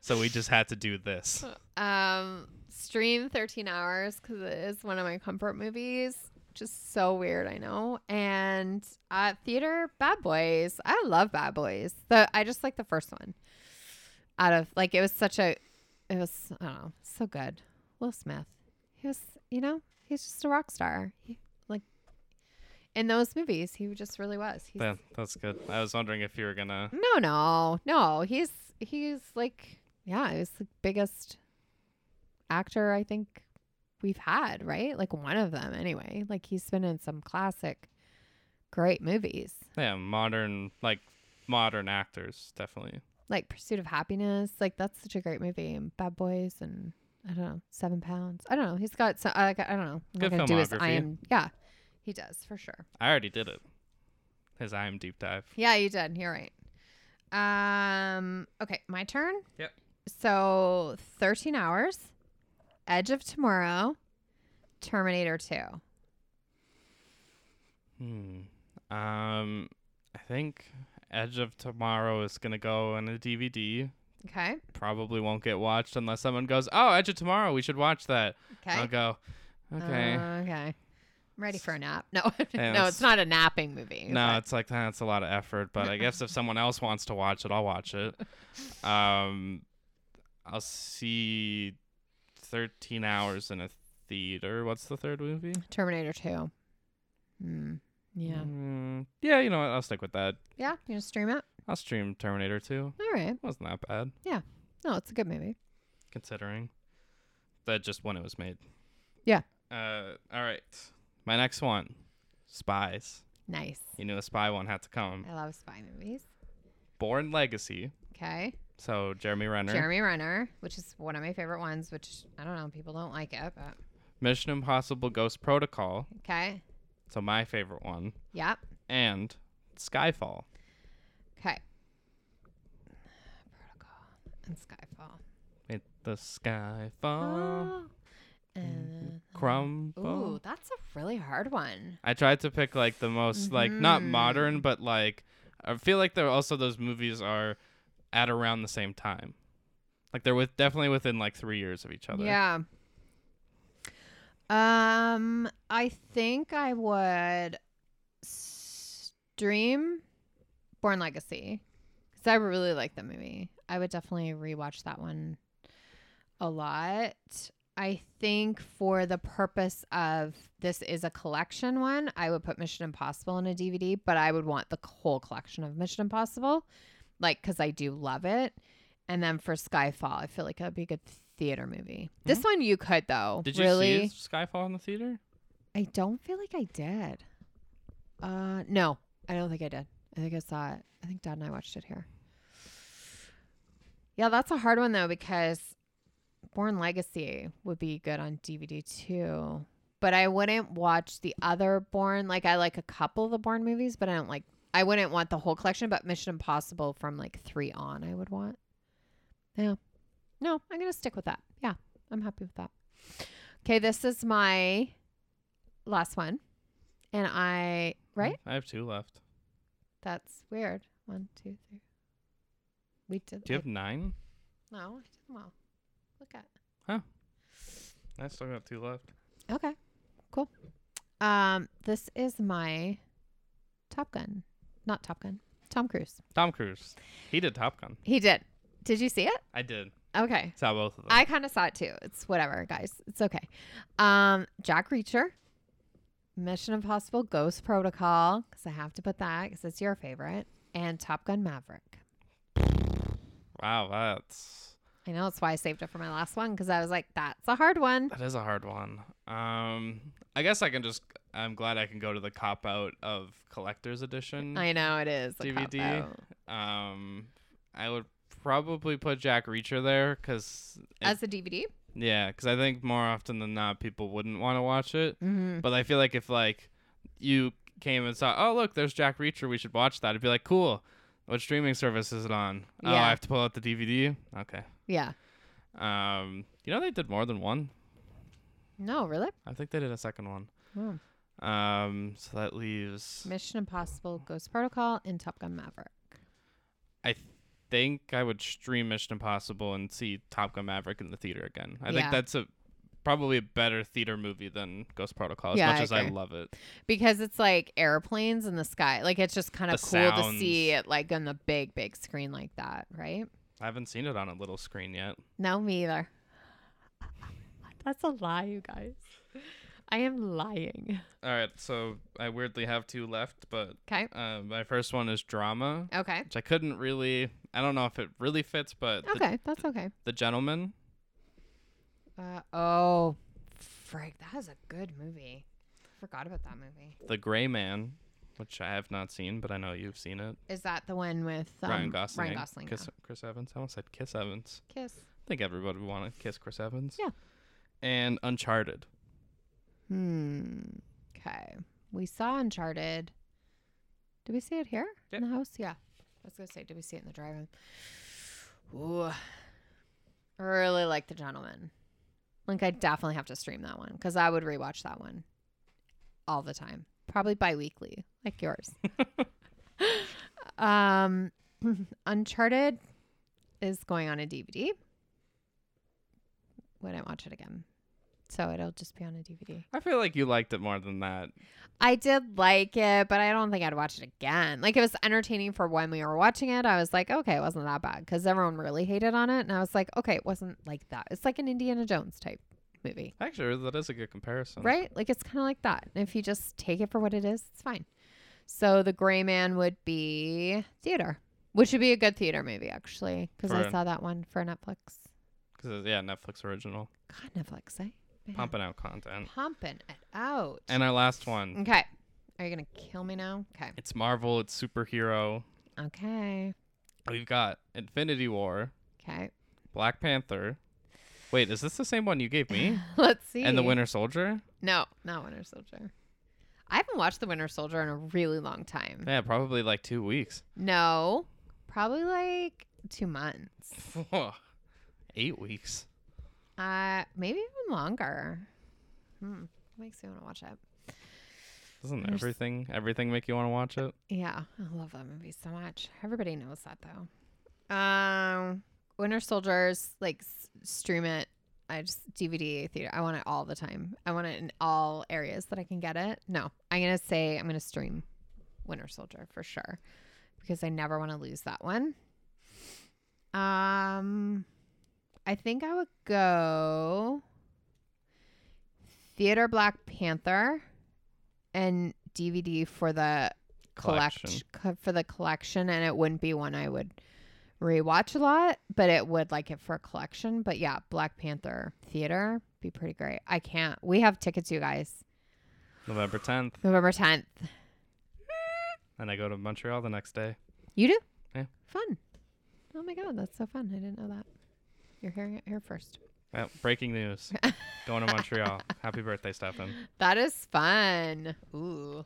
so we just had to do this.
um, stream 13 hours because it is one of my comfort movies. Just so weird, I know. And uh, theater, Bad Boys. I love Bad Boys. The I just like the first one. Out of like it was such a, it was I don't know so good. Will Smith, he was you know he's just a rock star. He, like in those movies, he just really was. He's
Yeah, that's good. I was wondering if you were gonna.
no, no, no. He's he's like yeah, he's the biggest actor I think we've had, right? Like one of them anyway. Like he's been in some classic great movies.
Yeah, modern like modern actors definitely.
Like Pursuit of Happiness, like that's such a great movie and Bad Boys and I don't know, Seven Pounds. I don't know. He's got some I, I don't know. I'm not
Good
gonna do his I
filmography.
am yeah. He does for sure.
I already did it. His I am deep dive.
Yeah, you did. You're right. Um. Okay, my turn.
Yep.
So, 13 hours, Edge of Tomorrow, Terminator 2.
Hmm. Um, I think Edge of Tomorrow is gonna go on a DVD.
Okay.
Probably won't get watched unless someone goes, "Oh, Edge of Tomorrow, we should watch that."
Okay.
I'll go. Okay.
Uh, okay. I'm ready for a nap. No, no,
that's-
it's not a napping movie.
no,
but-
it's like that's a lot of effort, but I guess if someone else wants to watch it, I'll watch it. Um, I'll see thirteen hours in a theater. What's the third movie?
Terminator 2. Hmm. Yeah.
Mm, yeah, you know what? I'll stick with that.
Yeah. You going to stream it?
I'll stream Terminator 2.
All right.
Wasn't that bad,
No, it's a good movie.
considering that just when it was made.
Yeah.
Uh, all right. My next one Spies.
Nice.
You knew a spy one had to come.
I love spy movies.
Born Legacy.
Okay.
So Jeremy Renner.
Jeremy Renner, which is one of my favorite ones, which I don't know, people don't like it, but
Mission Impossible Ghost Protocol.
okay.
So my favorite one.
Yep.
And Skyfall.
Okay. Protocol and Skyfall.
Made the sky fall,
Oh. And
crumble.
ooh, that's a really hard one.
I tried to pick like the most like not
Mhm.
modern, but like I feel like they're also those movies are at around the same time. Like they're with definitely within like three years of each other.
Yeah. Um, I think I would stream Born Legacy because I really like that movie. I would definitely rewatch that one a lot. I think for the purpose of this is a collection one, I would put Mission Impossible in a DVD, but I would want the whole collection of Mission Impossible, like because I do love it. And then for Skyfall, I feel like that'd be a good theater movie. This one you could though.
Mm-hmm. Did you
really?
see Skyfall in the theater?
I don't feel like I did. Uh, no, I don't think I did. I think I saw it. I think Dad and I watched it here. Yeah, that's a hard one though because Born Legacy would be good on DVD too, but I wouldn't watch the other Born. Like I like a couple of the Born movies, but I don't like. I wouldn't want the whole collection. But Mission Impossible from like three on, I would want. Yeah, no, I'm gonna stick with that. Yeah, I'm happy with that. Okay, this is my last one, and I right.
I have two left.
That's weird. One, two, three. We did.
Do you
I-
have nine?
no, I did them all. Look at.
I still have two left.
Okay, cool. Um, this is my Top Gun, not Top Gun. Tom Cruise.
Tom Cruise. He did Top Gun.
He did. Did you see it?
I did.
Okay.
Saw both of them.
I kind of saw it too. It's whatever, guys. It's okay. Um, Jack Reacher, Mission Impossible, Ghost Protocol, because I have to put that because it's your favorite, and Top Gun Maverick.
wow, that's
I know that's why I saved it for my last one because I was like, that's a hard one.
that is a hard one. Um I guess I can just I'm glad I can go to the cop out of collector's edition.
I know it is. a cop
DVD.
out.
Um, I would probably put Jack Reacher there because
as a DVD.
yeah, because I think more often than not people wouldn't want to watch it.
Mm-hmm.
But I feel like if like you came and saw, oh look, there's Jack Reacher, we should watch that. It'd be like, cool. What streaming service is it on? Oh,
Yeah.
I have to pull out the DVD. Okay.
Yeah.
Um, you know they did more than one.
No, really.
I think they did a second one.
Hmm.
Um, so that leaves.
Mission Impossible, Ghost Protocol, and Top Gun Maverick.
I think I would stream Mission Impossible and see Top Gun Maverick in the theater again. I
Yeah.
think that's a probably a better theater movie than Ghost Protocol. As
Yeah,
much
I
as I
agree.
love it,
because it's like airplanes in the sky. Like it's just kind
The
of cool to see it like on the big, big screen like that, right?
I haven't seen it on a little screen yet.
No, me either. That's a lie, you guys. I am lying.
All right, so I weirdly have two left, but
Okay.
uh, my first one is drama,
Okay.
which I couldn't really. I don't know if it really fits, but the,
Okay. That's okay.
the Gentleman.
Uh, oh, frig. That is a good movie. Forgot about that movie.
The Gray Man, which I have not seen, but I know you've seen it.
Is that the one with um,
Ryan Gosling.
Ryan Gosling. yeah.
Kiss, Chris Evans. I almost said Kiss Evans.
Kiss.
I think everybody would want to kiss Chris Evans.
Yeah.
And Uncharted.
Hmm. Okay. We saw Uncharted. Did we see it here
Yeah.
in the house? Yeah. I was gonna say, did we see it in the drive-in? Ooh. I really like The Gentleman. Like, I definitely have to stream that one because I would rewatch that one all the time, probably bi-weekly, like yours. um, Uncharted is going on a DVD. Wouldn't watch it again, so it'll just be on a DVD.
I feel like you liked it more than that.
I did like it, but I don't think I'd watch it again. Like it was entertaining for when we were watching it. I was like, okay, it wasn't that bad because everyone really hated on it, and I was like, okay, it wasn't like that. It's like an Indiana Jones type movie,
Actually, that is a good comparison.
right? Like it's kind of like that. And if you just take it for what it is, it's fine. So the Gray Man would be theater, which would be a good theater movie actually, because I
For-
saw that one for Netflix.
Because yeah, Netflix original,
God, Netflix, eh? Man,
pumping out content.
pumping it out.
And our last one,
okay, are you gonna kill me now? Okay,
it's Marvel. It's superhero.
okay,
We've got Infinity War,
okay.
Black Panther. Wait, is this the same one you gave me?
Let's see.
and the Winter Soldier?
No, not Winter Soldier. I haven't watched the Winter Soldier in a really long time.
Yeah, probably like two weeks.
No, probably like two months.
Eight weeks.
Uh, maybe even longer. Hmm. Makes me want to watch it.
Doesn't
There's-
everything everything make you want to watch it?
Yeah, I love that movie so much. Everybody knows that though. Um, Winter Soldiers, like s- stream it. I just DVD theater. I want it all the time. I want it in all areas that I can get it. No, I'm gonna say I'm gonna stream Winter Soldier for sure because I never want to lose that one. Um, I think I would go theater Black Panther and DVD for the
Collection.
collect co- for the collection, and it wouldn't be one I would rewatch a lot, but it would like it for a collection. But yeah, Black Panther theater be pretty great. I can't. We have tickets, you guys.
November tenth,
November tenth.
and I go to Montreal the next day.
You do?
Yeah.
Fun. Oh my god, that's so fun. I didn't know that. You're hearing it here first.
Uh, breaking news: going to Montreal. Happy birthday, Stefan.
That is fun. Ooh.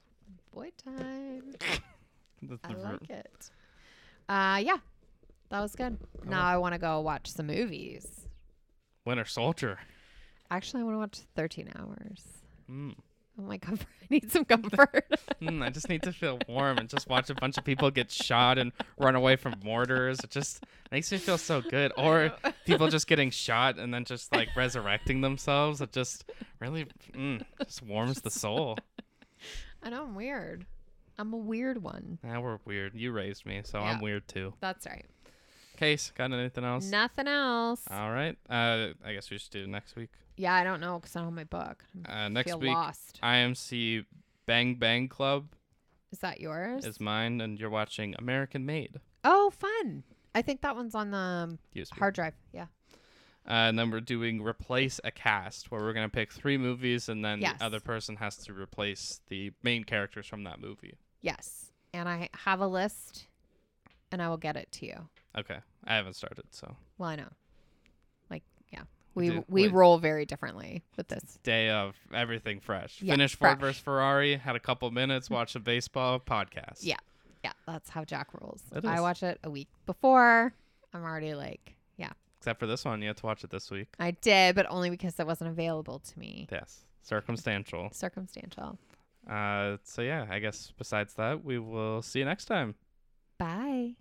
Boy time.
That's
I
the ver-
like it. Uh yeah. That was good. Now I want to go watch some movies.
Winter Soldier.
Actually, I want to watch 13 hours.
Mm.
Oh my comfort. I need some comfort.
Mm, I just need to feel warm and just watch a bunch of people get shot and run away from mortars. It just makes me feel so good. Or people just getting shot and then just like resurrecting themselves. It just really mm, just warms the soul.
I know I'm weird. I'm a weird one.
Now we're weird. You raised me, so I'm
Yeah.
weird too.
That's right.
Case, got anything else?
Nothing else.
All right. Uh, I guess we should do next week.
yeah, I don't know because I don't have my book. I
Uh, next
feel
week,
lost.
IMC Bang Bang Club
Is that yours?
is mine, and you're watching American Made.
Oh, fun. I think that one's on the um,
USB.
hard drive. Yeah.
Uh, and then we're doing replace a cast, where we're gonna pick three movies, and then
Yes.
the other person has to replace the main characters from that movie.
Yes. And I have a list and I will get it to you.
Okay. I haven't started, so
Well, I know. Like, yeah,
We
we
do-
we
wait.
roll very differently with this.
day of everything fresh.
Yeah,
Finished Ford
fresh.
versus Ferrari, had a couple minutes, watched a baseball podcast.
Yeah. Yeah, that's how Jack rules.
It
I
is.
watch it a week before. I'm already like, yeah,
Except for this one, you have to watch it this week.
I did, but only because it wasn't available to me.
Yes. Circumstantial.
Circumstantial.
Uh, so yeah, I guess besides that, we will see you next time.
Bye.